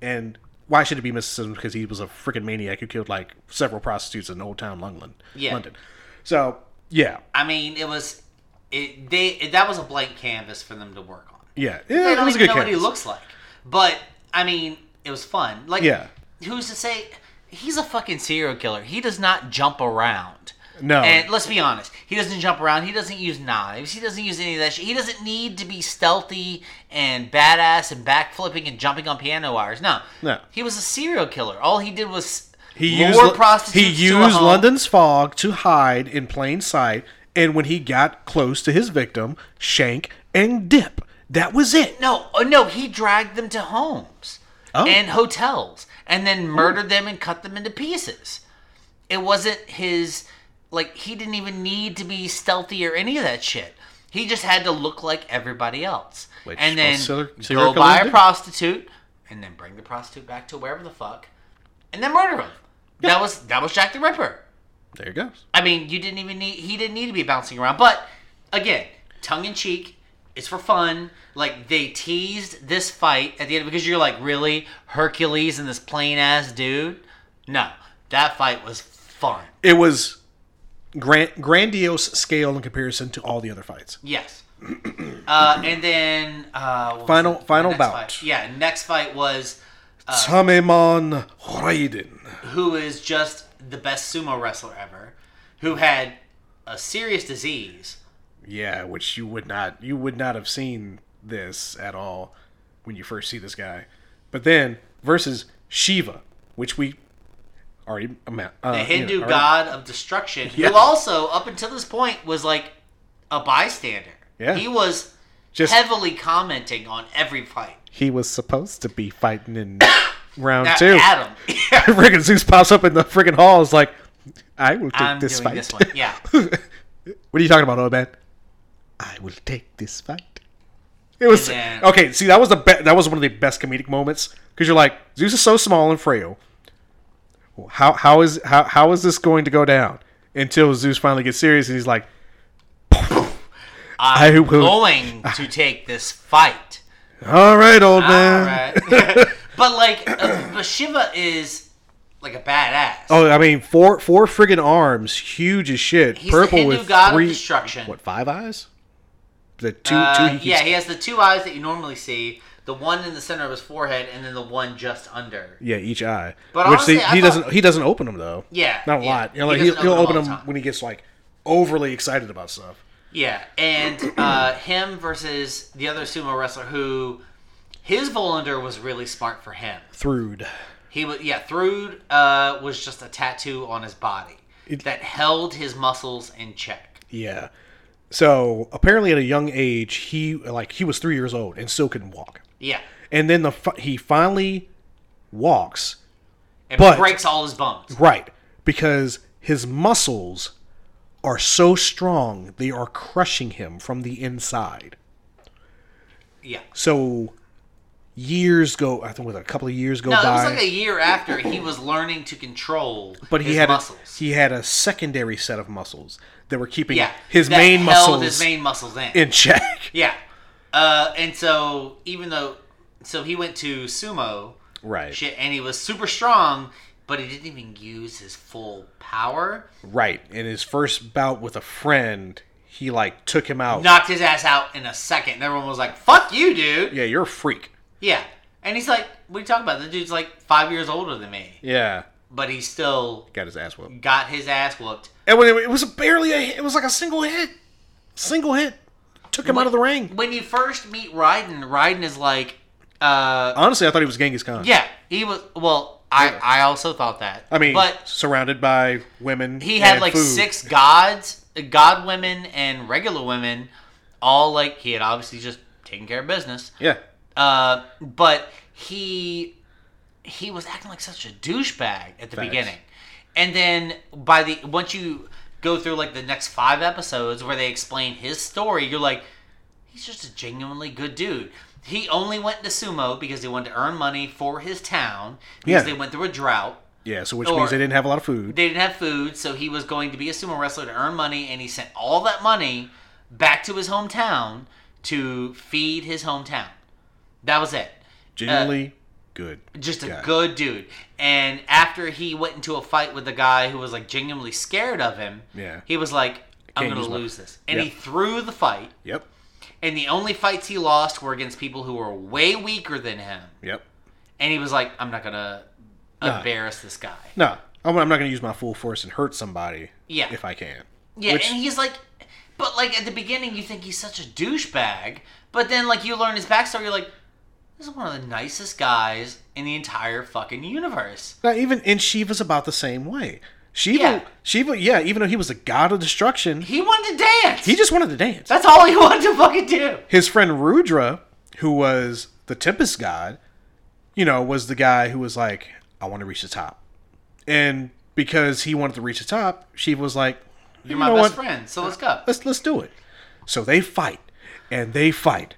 Speaker 1: And why should it be mysticism? Because he was a freaking maniac who killed like several prostitutes in Old Town London.
Speaker 2: Yeah.
Speaker 1: London. So yeah,
Speaker 2: I mean, it was it they it, that was a blank canvas for them to work on.
Speaker 1: yeah,
Speaker 2: They
Speaker 1: yeah it
Speaker 2: don't
Speaker 1: was a
Speaker 2: even
Speaker 1: good
Speaker 2: know what he
Speaker 1: cast.
Speaker 2: looks like, but I mean, it was fun. Like,
Speaker 1: Yeah.
Speaker 2: who's to say he's a fucking serial killer? He does not jump around.
Speaker 1: No.
Speaker 2: and let's be honest, he doesn't jump around. He doesn't use knives. He doesn't use any of that shit. He doesn't need to be stealthy and badass and backflipping and jumping on piano wires. No,
Speaker 1: No.
Speaker 2: He was a serial killer. All he did was
Speaker 1: He used
Speaker 2: lure
Speaker 1: Lo-
Speaker 2: prostitutes
Speaker 1: he
Speaker 2: to a
Speaker 1: used
Speaker 2: home.
Speaker 1: London's fog to hide in plain sight, and when he got close to his victim, shank and dip. That was it.
Speaker 2: No, oh, no, he dragged them to homes
Speaker 1: Oh.
Speaker 2: and hotels and then murdered them and cut them into pieces. It wasn't his like he didn't even need to be stealthy or any of that shit. He just had to look like everybody else.
Speaker 1: Which
Speaker 2: and then
Speaker 1: most serial- serial
Speaker 2: go buy
Speaker 1: killers
Speaker 2: a
Speaker 1: do.
Speaker 2: prostitute and then bring the prostitute back to wherever the fuck and then murder him. That was that was Jack the Ripper.
Speaker 1: There it goes.
Speaker 2: I mean, you didn't even need he didn't need to be bouncing around. But again, tongue in cheek, it's for fun. Like they teased this fight at the end because you're like, really Hercules and this plain ass dude? No, that fight was fun.
Speaker 1: it was gran- grandiose scale in comparison to all the other fights.
Speaker 2: Yes. uh, and then uh, what was
Speaker 1: Final-
Speaker 2: it?
Speaker 1: final
Speaker 2: next
Speaker 1: bout.
Speaker 2: Fight. Yeah, next fight was
Speaker 1: Tamemon Raiden.
Speaker 2: who is just the best sumo wrestler ever, who had a serious disease.
Speaker 1: Yeah, which you would not you would not have seen this at all when you first see this guy. But then versus Shiva, which we already ama- uh,
Speaker 2: the Hindu
Speaker 1: you know, already-
Speaker 2: god of destruction,
Speaker 1: Yeah.
Speaker 2: who also up until this point was like a bystander.
Speaker 1: Yeah.
Speaker 2: he was
Speaker 1: Just-
Speaker 2: heavily commenting on every fight.
Speaker 1: He was supposed to be fighting in round
Speaker 2: Now,
Speaker 1: two.
Speaker 2: Adam,
Speaker 1: friggin' Zeus pops up in the friggin' hall. Is like, I will take
Speaker 2: I'm
Speaker 1: this
Speaker 2: doing
Speaker 1: fight.
Speaker 2: this one. Yeah,
Speaker 1: What are you talking about, old man? I will take this fight. It was
Speaker 2: then-
Speaker 1: okay. See, that was the be- that was one of the best comedic moments because you're like Zeus is so small and frail. How how is how how is this going to go down? Until Zeus finally gets serious and he's like,
Speaker 2: I'm
Speaker 1: I will-
Speaker 2: going to take this fight.
Speaker 1: "All right, old
Speaker 2: All
Speaker 1: man."
Speaker 2: right, but like, uh, but Shiva is like a badass.
Speaker 1: Oh, I mean, four four friggin' arms, huge as shit.
Speaker 2: He's
Speaker 1: Purple
Speaker 2: the Hindu
Speaker 1: with
Speaker 2: god
Speaker 1: three
Speaker 2: of destruction.
Speaker 1: what five eyes? The two
Speaker 2: Uh,
Speaker 1: two he keeps
Speaker 2: yeah, he has the two eyes that you normally see. the one in the center of his forehead, and then the one just under.
Speaker 1: Yeah, each eye.
Speaker 2: But
Speaker 1: Which
Speaker 2: honestly,
Speaker 1: they-
Speaker 2: I
Speaker 1: he
Speaker 2: thought-
Speaker 1: doesn't he doesn't open them though.
Speaker 2: Yeah,
Speaker 1: Not a
Speaker 2: yeah.
Speaker 1: lot. You know,
Speaker 2: He
Speaker 1: like he will
Speaker 2: doesn't
Speaker 1: he'll
Speaker 2: open
Speaker 1: open
Speaker 2: them all
Speaker 1: them
Speaker 2: the time.
Speaker 1: when he gets like overly excited about stuff.
Speaker 2: Yeah, and uh, him versus the other sumo wrestler who his Volander was really smart for him.
Speaker 1: Throod.
Speaker 2: He was yeah, Throod uh, was just a tattoo on his body that held his muscles in check.
Speaker 1: Yeah. So apparently at a young age he like he was three years old and still couldn't walk.
Speaker 2: Yeah,
Speaker 1: And then the fi- he finally walks
Speaker 2: and
Speaker 1: But-
Speaker 2: breaks all his bones.
Speaker 1: Right. Because his muscles are so strong, they are crushing him from the inside.
Speaker 2: Yeah.
Speaker 1: So years go, I think with a couple of years go
Speaker 2: No, it
Speaker 1: by,
Speaker 2: was like a year after he was learning to control
Speaker 1: but he
Speaker 2: his
Speaker 1: had
Speaker 2: muscles.
Speaker 1: A, he had a secondary set of muscles that were keeping
Speaker 2: yeah,
Speaker 1: his
Speaker 2: that
Speaker 1: main
Speaker 2: held
Speaker 1: muscles
Speaker 2: his main muscles in.
Speaker 1: in check.
Speaker 2: yeah, uh, and so even though, so he went to sumo,
Speaker 1: Right.
Speaker 2: Shit, and he was super strong, but he didn't even use his full power.
Speaker 1: Right. In his first bout with a friend, he like took him out.
Speaker 2: Knocked his ass out in a second. And everyone was like, "Fuck you, dude."
Speaker 1: yeah, you're a freak.
Speaker 2: Yeah, and he's like, "What are you talking about? The dude's like five years older than me,
Speaker 1: Yeah.
Speaker 2: but he still
Speaker 1: Got his ass whooped.
Speaker 2: got his ass whooped."
Speaker 1: And when it, it was barely a, hit- it was like a single hit, single hit, took him out of the ring.
Speaker 2: When you first meet Raiden, Raiden is like, uh,
Speaker 1: Honestly, I thought he was Genghis Khan.
Speaker 2: Yeah, he was. Well, I I also thought that.
Speaker 1: I mean,
Speaker 2: but
Speaker 1: surrounded by women,
Speaker 2: he had
Speaker 1: and
Speaker 2: like
Speaker 1: food.
Speaker 2: six gods, uh, god women, and regular women, all like he had obviously just taken care of business.
Speaker 1: Yeah,
Speaker 2: Uh, but he he was acting like such a douchebag at the beginning, and then by the once you go through like the next five episodes where they explain his story, you're like, he's just a genuinely good dude. He only went to sumo because he wanted to earn money for his town because
Speaker 1: Yeah.
Speaker 2: they went through a drought.
Speaker 1: yeah. So which
Speaker 2: Or- Uh,
Speaker 1: means they didn't have a lot of food.
Speaker 2: They didn't have food, so he was going to be a sumo wrestler to earn money, and he sent all that money back to his hometown to feed his hometown. That was it. Uh,
Speaker 1: Genuinely good.
Speaker 2: Just a
Speaker 1: guy.
Speaker 2: good dude. And after he went into a fight with a guy who was like genuinely scared of him,
Speaker 1: Yeah.
Speaker 2: he was like, I'm
Speaker 1: Can't
Speaker 2: going
Speaker 1: use
Speaker 2: to
Speaker 1: my-
Speaker 2: lose this. And he
Speaker 1: Yeah.
Speaker 2: threw the fight,
Speaker 1: Yep,
Speaker 2: and the only fights he lost were against people who were way weaker than him.
Speaker 1: yep.
Speaker 2: And he was like, I'm not going to embarrass this guy.
Speaker 1: No, I'm, I'm not going to use my full force and hurt somebody.
Speaker 2: Yeah.
Speaker 1: if I can.
Speaker 2: Yeah,
Speaker 1: Which-
Speaker 2: and he's like, but like at the beginning, you think he's such a douchebag, but then like you learn his backstory, you're like, this is one of the nicest guys in the entire fucking universe.
Speaker 1: Now even and Shiva's about the same way. Shiva,
Speaker 2: Yeah.
Speaker 1: Shiva, yeah. Even though he was a god of destruction,
Speaker 2: He wanted to dance.
Speaker 1: he just wanted to dance.
Speaker 2: That's all he wanted to fucking do.
Speaker 1: his friend Rudra, who was the Tempest God, you know, was the guy who was like, I want to reach the top. And because he wanted to reach the top, she was like,
Speaker 2: You're
Speaker 1: you
Speaker 2: my
Speaker 1: know
Speaker 2: best
Speaker 1: what?
Speaker 2: friend, so let's go.
Speaker 1: Let's let's do it. So they fight and they fight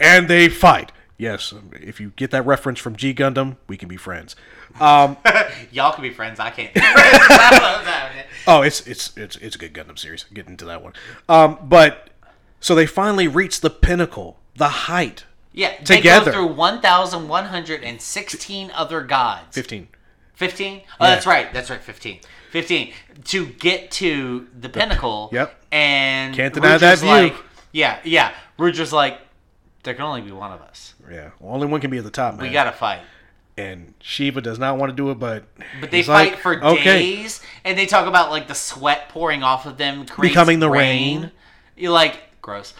Speaker 1: and they fight. Yes, if you get that reference from G Gundam, we can be friends.
Speaker 2: Y'all can be friends. I can't. I love that.
Speaker 1: Oh, it's it's it's it's a good Gundam series. Get into that one. Um, but so they finally reach the pinnacle, the height.
Speaker 2: Yeah, they
Speaker 1: Together.
Speaker 2: go through 1,116 other gods.
Speaker 1: Fifteen.
Speaker 2: 15 oh that's right that's right 15 15 to get to the pinnacle
Speaker 1: yep.
Speaker 2: and
Speaker 1: Can't deny that view.
Speaker 2: like yeah yeah Rudra's like there can only be one of us
Speaker 1: Yeah, well, only one can be at the top, man.
Speaker 2: we gotta fight
Speaker 1: and Shiva does not want to do it, but
Speaker 2: but they
Speaker 1: he's
Speaker 2: fight
Speaker 1: like,
Speaker 2: for days and they talk about like the sweat pouring off of them creates
Speaker 1: Becoming the rain.
Speaker 2: you're like gross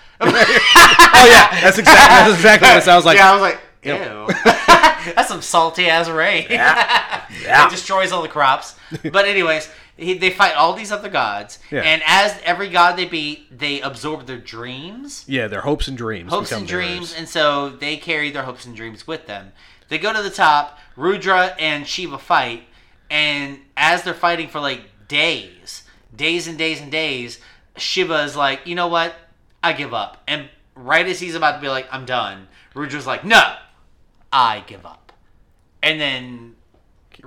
Speaker 1: Oh yeah, that's exactly that's exactly what it sounds like.
Speaker 2: yeah I was like
Speaker 1: Ew.
Speaker 2: ew that's some salty ass rain
Speaker 1: Yeah.
Speaker 2: It destroys all the crops. But anyways, he, they fight all these other gods,
Speaker 1: Yeah.
Speaker 2: and as every god they beat, they absorb their dreams,
Speaker 1: Yeah, their hopes and dreams.
Speaker 2: hopes
Speaker 1: become
Speaker 2: and dreams,
Speaker 1: theirs.
Speaker 2: and so they carry their hopes and dreams with them. They go to the top. Rudra and Shiva fight, and as they're fighting for like days, days and days and days, Shiva is like, you know what? I give up. And right as he's about to be like, I'm done, Rudra's like, no, I give up. And then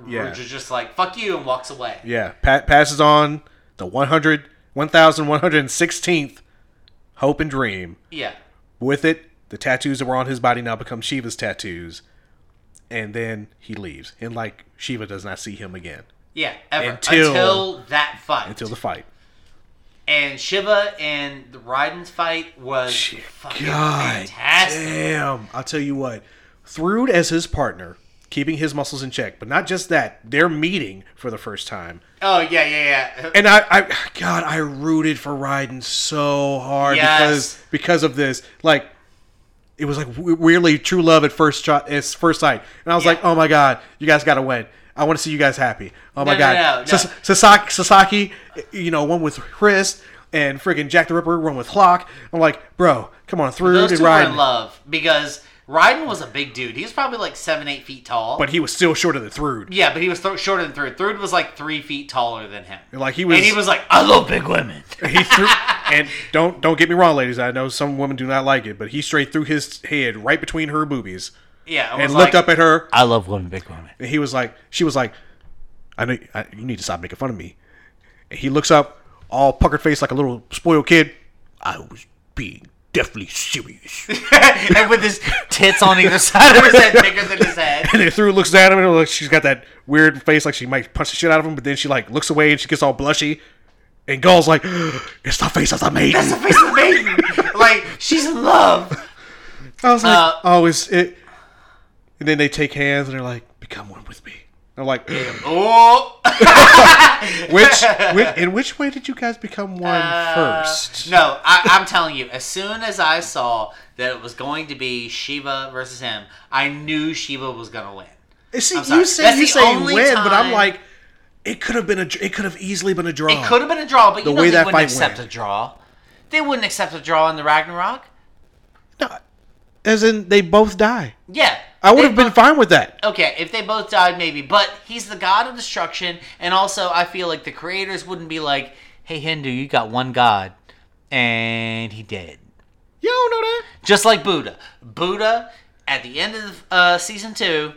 Speaker 1: Yeah.
Speaker 2: Rudra's just like, fuck you, and walks away.
Speaker 1: Yeah, Pat passes on the 100, 1,116th hope and dream.
Speaker 2: Yeah.
Speaker 1: With it, the tattoos that were on his body now become Shiva's tattoos, and then he leaves, and like Shiva does not see him again
Speaker 2: Yeah. Ever. Until,
Speaker 1: Until-
Speaker 2: that fight.
Speaker 1: until the fight.
Speaker 2: and Shiva and the Raiden's fight was fucking
Speaker 1: God
Speaker 2: fantastic.
Speaker 1: damn! I'll tell you what, Thrud as his partner, keeping his muscles in check. But not just that, they're meeting for the first time.
Speaker 2: Oh yeah, yeah, yeah.
Speaker 1: And I, I God, I rooted for Raiden so hard
Speaker 2: Yes.
Speaker 1: because because of this. Like, it was like w- weirdly true love at first shot, at first sight. And I was
Speaker 2: Yeah.
Speaker 1: like, oh my God, you guys got to win. I want to see you guys happy. Oh my
Speaker 2: no,
Speaker 1: God,
Speaker 2: no, no.
Speaker 1: Sas- Sasaki, Sasaki, you know, one with Chris and friggin' Jack the Ripper, one with Flock. I'm like, bro, come on, through
Speaker 2: Those
Speaker 1: and
Speaker 2: two were in
Speaker 1: Raiden.
Speaker 2: love because Ryden was a big dude. He was probably like seven, eight feet tall.
Speaker 1: But he was still shorter than Thrud.
Speaker 2: yeah, but he was th- shorter than Thrud. Thrud was like three feet taller than him.
Speaker 1: Like he was,
Speaker 2: and he was like, I love big women.
Speaker 1: he threw and don't don't get me wrong ladies i know some women do not like it but he straight threw his head right between her boobies
Speaker 2: Yeah,
Speaker 1: and looked up at her
Speaker 2: I love women, big women.
Speaker 1: and he was like she was like i know I, you need to stop making fun of me and he looks up all puckered face like a little spoiled kid i was being deathly serious
Speaker 2: and with his tits on either side of his head bigger than his head.
Speaker 1: and then through looks at him and like she's got that weird face like she might punch the shit out of him but then she like looks away and she gets all blushy and Gaul's like, it's the face of the maiden.
Speaker 2: It's the face of the maiden. Like she's in love.
Speaker 1: I was like,
Speaker 2: Uh,
Speaker 1: oh, is it? And then they take hands and they're like, become one with me. I'm like,
Speaker 2: Oh
Speaker 1: which, which, in which way did you guys become one
Speaker 2: Uh,
Speaker 1: first?
Speaker 2: No, I, I'm telling you, as soon as I saw that it was going to be Shiva versus him, I knew Shiva was going to win.
Speaker 1: See,
Speaker 2: sorry.
Speaker 1: you say
Speaker 2: That's
Speaker 1: you
Speaker 2: the
Speaker 1: say
Speaker 2: only
Speaker 1: win, but I'm
Speaker 2: time-
Speaker 1: like, it could have been a, dr- it could have easily been a draw.
Speaker 2: It could have been a draw, but you know
Speaker 1: Uh-huh. way
Speaker 2: they
Speaker 1: that
Speaker 2: wouldn't
Speaker 1: fight
Speaker 2: accept
Speaker 1: went.
Speaker 2: a draw. They wouldn't accept a draw in the Ragnarok.
Speaker 1: No, as in they both die.
Speaker 2: Yeah.
Speaker 1: I would
Speaker 2: They
Speaker 1: have been fine with that.
Speaker 2: Okay, if they both died, maybe. But he's the god of destruction, and also I feel like the creators wouldn't be like, "Hey, Hindu, you got one god, and he dead."
Speaker 1: You don't know that.
Speaker 2: Just like Buddha. Buddha, at the end of uh, season two,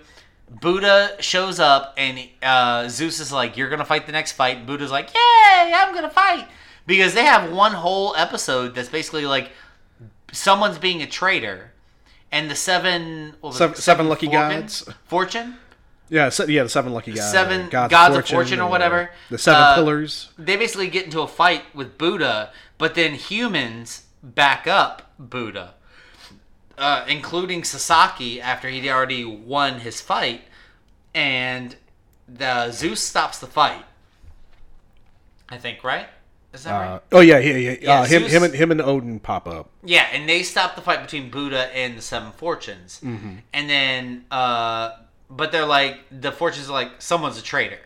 Speaker 2: Buddha shows up, and uh, Zeus is like, "You're gonna fight the next fight." And Buddha's like, "Yay, I'm gonna fight!" Because they have one whole episode that's basically like someone's being a traitor, and the seven, well, the
Speaker 1: Seven- seven lucky gods.
Speaker 2: fortune.
Speaker 1: Yeah, se- yeah, the seven lucky guys,
Speaker 2: seven gods of fortune or whatever.
Speaker 1: the seven
Speaker 2: Uh,
Speaker 1: pillars.
Speaker 2: they basically get into a fight with Buddha, but then humans back up Buddha, uh, including Sasaki after he'd already won his fight, and the Zeus stops the fight. I think right. Is that
Speaker 1: Uh,
Speaker 2: right?
Speaker 1: oh yeah, yeah, yeah.
Speaker 2: Yeah,
Speaker 1: uh, him,
Speaker 2: Zeus-
Speaker 1: him, and him and Odin pop up.
Speaker 2: Yeah, and they stopped the fight between Buddha and the Seven Fortunes,
Speaker 1: Mm-hmm.
Speaker 2: and then, uh, but they're like the fortunes are like someone's a traitor,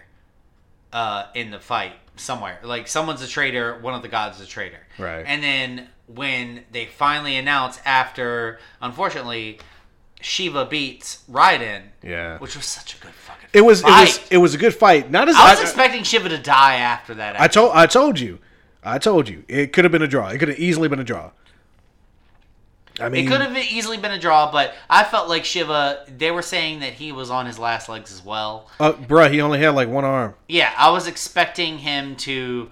Speaker 2: uh, in the fight somewhere. Like someone's a traitor, one of the gods is a traitor.
Speaker 1: Right.
Speaker 2: And then when they finally announce after, unfortunately, Shiva beats Raiden.
Speaker 1: Yeah.
Speaker 2: Which was such a good fucking.
Speaker 1: It was, it was,
Speaker 2: fight.
Speaker 1: it was a good fight. Not as
Speaker 2: I was
Speaker 1: I-
Speaker 2: expecting Shiva to die after that.
Speaker 1: I told I told you. I told you. It could have been a draw. It could have easily been a draw. I mean,
Speaker 2: It could have easily been a draw, but I felt like Shiva. They were saying that he was on his last legs as well.
Speaker 1: uh, bruh, he only had like one arm.
Speaker 2: Yeah, I was expecting him to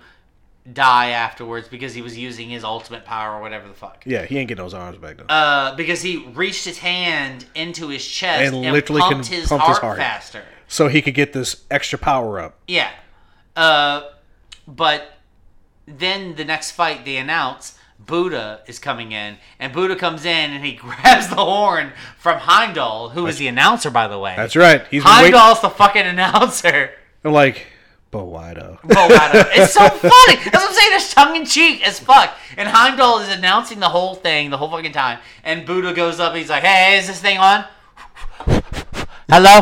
Speaker 2: die afterwards because he was using his ultimate power or whatever the fuck.
Speaker 1: Yeah, he ain't getting those arms back though.
Speaker 2: Uh, because he reached his hand into his chest
Speaker 1: And
Speaker 2: and,
Speaker 1: literally
Speaker 2: pumped,
Speaker 1: can
Speaker 2: his,
Speaker 1: pump
Speaker 2: heart
Speaker 1: his heart.
Speaker 2: faster.
Speaker 1: so he could get this extra power up.
Speaker 2: Yeah. Uh, but then the next fight they announce Buddha is coming in, and Buddha comes in and he grabs the horn from Heimdall, who is the announcer, by the way.
Speaker 1: That's right. He's been waiting.
Speaker 2: Heimdall's the fucking announcer.
Speaker 1: I'm like, but why though?
Speaker 2: Bo Rada. It's so funny. That's what I'm saying. It's tongue in cheek as fuck. And Heimdall is announcing the whole thing the whole fucking time. And Buddha goes up and he's like, hey, is this thing on? Hello?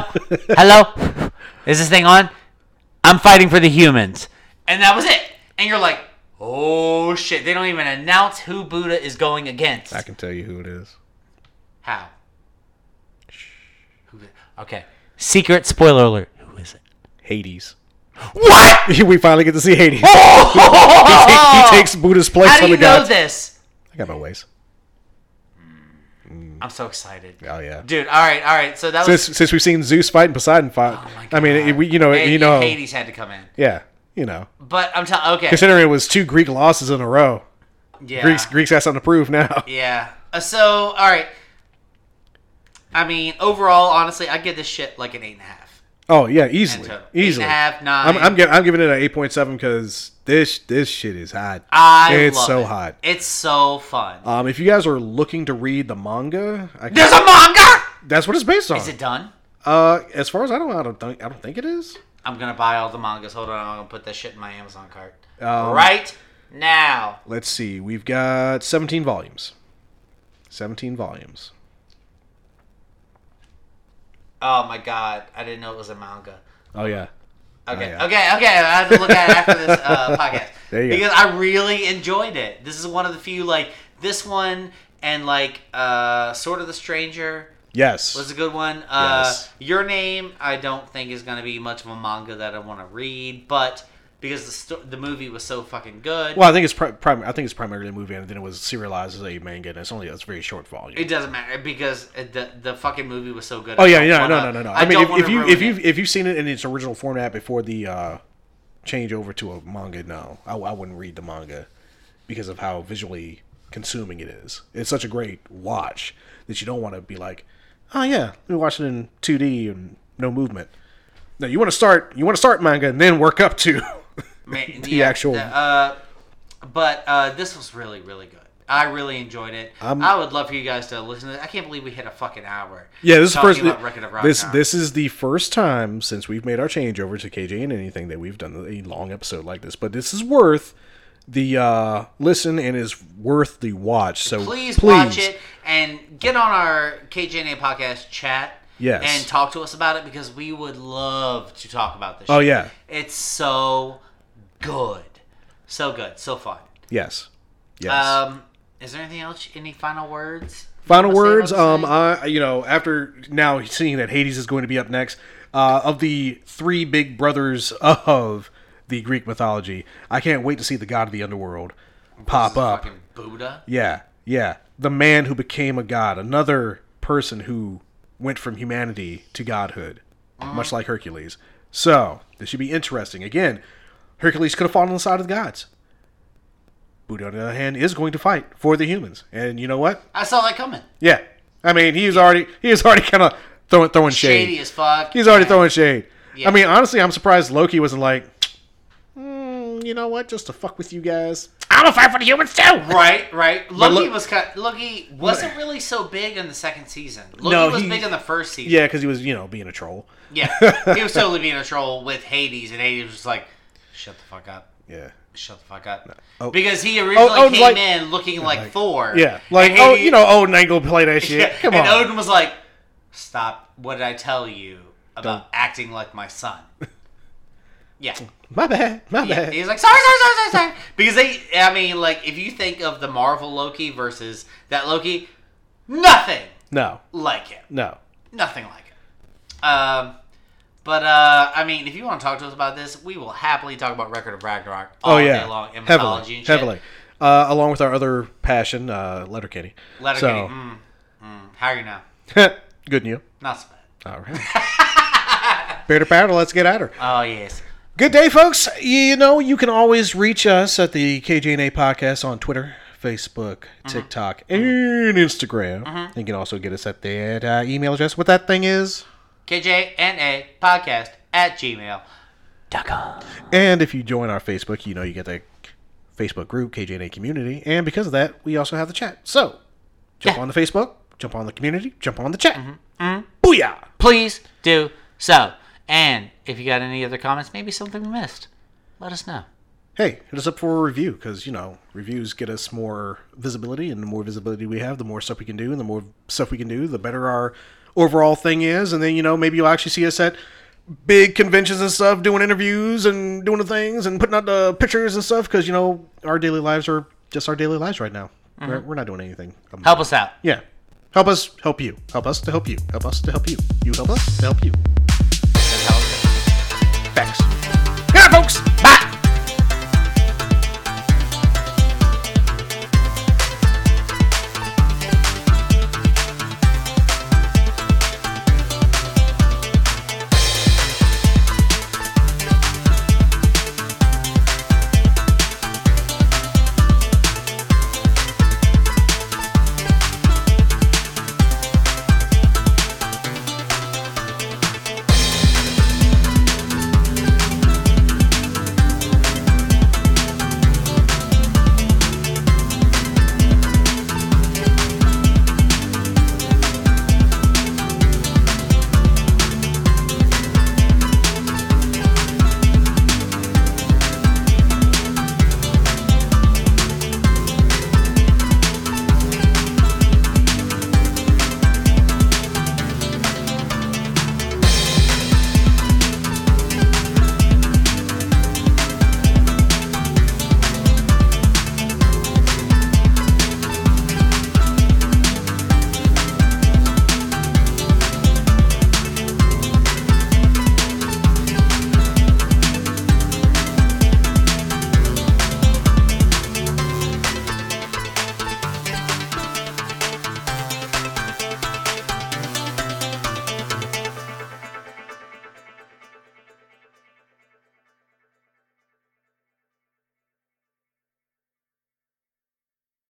Speaker 2: Hello? Is this thing on? I'm fighting for the humans. And that was it. And you're like, oh shit. They don't even announce who Buddha is going against.
Speaker 1: I can tell you who it is.
Speaker 2: How? Who- Okay. Secret spoiler alert. Who is it?
Speaker 1: Hades.
Speaker 2: What? Oh!
Speaker 1: we finally get to see Hades. he, he takes Buddha's place
Speaker 2: How
Speaker 1: on
Speaker 2: do
Speaker 1: the
Speaker 2: you know
Speaker 1: gods.
Speaker 2: this?
Speaker 1: I got my ways.
Speaker 2: I'm so excited.
Speaker 1: Oh yeah.
Speaker 2: Dude, all right, all right. So that was. Oh
Speaker 1: Since since we've seen Zeus fight and Poseidon fight,
Speaker 2: my
Speaker 1: I mean,
Speaker 2: God.
Speaker 1: it, we, you know,
Speaker 2: Man,
Speaker 1: you know,
Speaker 2: Hades had to come in.
Speaker 1: yeah, you know.
Speaker 2: But I'm telling. Okay.
Speaker 1: Considering it was two Greek losses in a row.
Speaker 2: Yeah.
Speaker 1: Greeks Greeks got something to prove now.
Speaker 2: Yeah. Uh, so, all right. I mean, overall, honestly, I give this shit like an eight and a half.
Speaker 1: Oh yeah, easily,
Speaker 2: So,
Speaker 1: easily.
Speaker 2: Eight and uh, a half, nine.
Speaker 1: I'm I'm, gi- I'm giving it an eight point seven because this this shit is hot.
Speaker 2: I
Speaker 1: it's
Speaker 2: love
Speaker 1: so
Speaker 2: it.
Speaker 1: hot. Uh,
Speaker 2: It's so fun.
Speaker 1: Um, if you guys are looking to read the manga, I can,
Speaker 2: There's a manga.
Speaker 1: That's what it's based on.
Speaker 2: Is it done?
Speaker 1: uh, as far as I know, I don't think I don't think it is.
Speaker 2: I'm gonna buy all the mangas. Hold on, I'm gonna put that shit in my Amazon cart
Speaker 1: Um,
Speaker 2: right now.
Speaker 1: Let's see. We've got 17 volumes. 17 volumes.
Speaker 2: Oh my god, I didn't know it was a manga.
Speaker 1: Oh yeah.
Speaker 2: Okay,
Speaker 1: Oh, yeah.
Speaker 2: okay, okay. I have to look at it after this uh, podcast
Speaker 1: There you go.
Speaker 2: because I really enjoyed it. This is one of the few like this one and like uh, Sword of the Stranger
Speaker 1: Yes.
Speaker 2: was a good one. Uh,
Speaker 1: Yes.
Speaker 2: Your name, I don't think is gonna be much of a manga that I want to read, but because the sto- the movie was so fucking good,
Speaker 1: Well, I think it's pri- prim- I think it's primarily a movie, and then it was serialized as a manga, and it's only it's a very short volume.
Speaker 2: It doesn't matter because it- the the fucking movie was so good.
Speaker 1: oh
Speaker 2: I
Speaker 1: yeah,
Speaker 2: don't
Speaker 1: yeah,
Speaker 2: wanna-
Speaker 1: no, no, no, no. I,
Speaker 2: I,
Speaker 1: mean,
Speaker 2: don't
Speaker 1: if,
Speaker 2: wanna
Speaker 1: if you
Speaker 2: ruin
Speaker 1: if you
Speaker 2: it.
Speaker 1: if you've seen it in its original format before the uh, change over to a manga, no, I, I wouldn't read the manga because of how visually consuming it is. It's such a great watch that you don't want to be like, oh yeah, let me watch it in 2D and no movement. No, you want to start you want to start manga and then work up to.
Speaker 2: Man,
Speaker 1: the actual-
Speaker 2: uh, but uh, this was really really good. I really enjoyed it.
Speaker 1: I'm-
Speaker 2: I would love for you guys to listen to. This. I can't believe we hit a fucking hour.
Speaker 1: Yeah, this is
Speaker 2: talking
Speaker 1: first.
Speaker 2: about Record of Rock
Speaker 1: this
Speaker 2: Now.
Speaker 1: this is the first time since we've made our changeover to KJ and anything that we've done a long episode like this. But this is worth the uh, listen and is worth the watch. So
Speaker 2: please, watch it and get on our KJNA podcast chat.
Speaker 1: Yes.
Speaker 2: And talk to us about it because we would love to talk about this.
Speaker 1: Oh
Speaker 2: shit.
Speaker 1: yeah,
Speaker 2: It's so good, so good, so fun.
Speaker 1: yes, yes.
Speaker 2: Um, is there anything else? Any final words? you
Speaker 1: Final
Speaker 2: wanna say
Speaker 1: words.
Speaker 2: about
Speaker 1: Um,
Speaker 2: this
Speaker 1: I you know after now seeing that Hades is going to be up next, uh, of the three big brothers of the Greek mythology, I can't wait to see the god of the underworld pop
Speaker 2: thing?
Speaker 1: up.
Speaker 2: Fucking Buddha.
Speaker 1: Yeah, yeah. The man who became a god, another person who went from humanity to godhood, much like Hercules. So, this should be interesting. Again, Hercules could have fallen on the side of the gods. Buddha, on the other hand, is going to fight for the humans. And you know what?
Speaker 2: I saw that coming.
Speaker 1: Yeah. I mean, he's already he's already kind of throwing throwing shade.
Speaker 2: Shady as fuck.
Speaker 1: He's already
Speaker 2: Yeah.
Speaker 1: throwing shade.
Speaker 2: Yeah.
Speaker 1: I mean, honestly, I'm surprised Loki wasn't like, "Mm, you know what? Just to fuck with you guys, I'm gonna fight for the humans too.
Speaker 2: Right, right. Loki
Speaker 1: look-
Speaker 2: was cut. Loki wasn't really so big in the second season. Loki
Speaker 1: No,
Speaker 2: was
Speaker 1: he-
Speaker 2: big in the first season.
Speaker 1: Yeah, because he was, you know, being a troll.
Speaker 2: Yeah. he was totally being a troll with Hades, and Hades was like, "Shut the fuck up."
Speaker 1: Yeah.
Speaker 2: Shut the fuck up.
Speaker 1: Oh.
Speaker 2: Because he originally
Speaker 1: Odin's
Speaker 2: came
Speaker 1: like-
Speaker 2: in looking like, Thor.
Speaker 1: Yeah. Like,
Speaker 2: and
Speaker 1: oh,
Speaker 2: Hades-
Speaker 1: you know, Odin ain't gonna play that shit. Come
Speaker 2: and
Speaker 1: on.
Speaker 2: Odin was like, "Stop! What did I tell you about acting like my son?" Yeah.
Speaker 1: my bad. My
Speaker 2: Yeah,
Speaker 1: bad.
Speaker 2: he's like, sorry, sorry, sorry, sorry, sorry. Because they, I mean, like, if you think of the Marvel Loki versus that Loki, nothing
Speaker 1: no.
Speaker 2: like him.
Speaker 1: No.
Speaker 2: Nothing like him. Um, but, uh, I mean, if you want to talk to us about this, we will happily talk about Record of Ragnarok all
Speaker 1: Oh yeah.
Speaker 2: day long in mythology
Speaker 1: heavily.
Speaker 2: and shit.
Speaker 1: heavily. Uh, along with our other passion, uh, Letterkenny.
Speaker 2: Letterkenny. Mm, mm, how are you now?
Speaker 1: So, good new.
Speaker 2: Not so bad.
Speaker 1: All right. Bear to powder. Let's get at her.
Speaker 2: Oh, yes.
Speaker 1: Good day, folks. You know, you can always reach us at the KJNA Podcast on Twitter, Facebook,
Speaker 2: Mm-hmm.
Speaker 1: TikTok, and Instagram. You can also get us at that uh, email address. What that thing is.
Speaker 2: KJNA podcast at gmail.com.
Speaker 1: And if you join our Facebook, you know you get the Facebook group, KJNA Community. And because of that, we also have the chat. So jump
Speaker 2: Yeah.
Speaker 1: on the Facebook, jump on the community, jump on the chat. Booyah!
Speaker 2: Please do so. And if you got any other comments, maybe something we missed, let us know.
Speaker 1: Hey, hit us up for a review because, you know, reviews get us more visibility. And the more visibility we have, the more stuff we can do. And the more stuff we can do, the better our overall thing is. And then, you know, maybe you'll actually see us at big conventions and stuff, doing interviews and doing the things and putting out the pictures and stuff because, you know, our daily lives are just our daily lives right now. We're, we're not doing anything. Um,
Speaker 2: Help us out.
Speaker 1: Yeah. Help us help you. Help us to help you. Help us to help you. You help us to help you.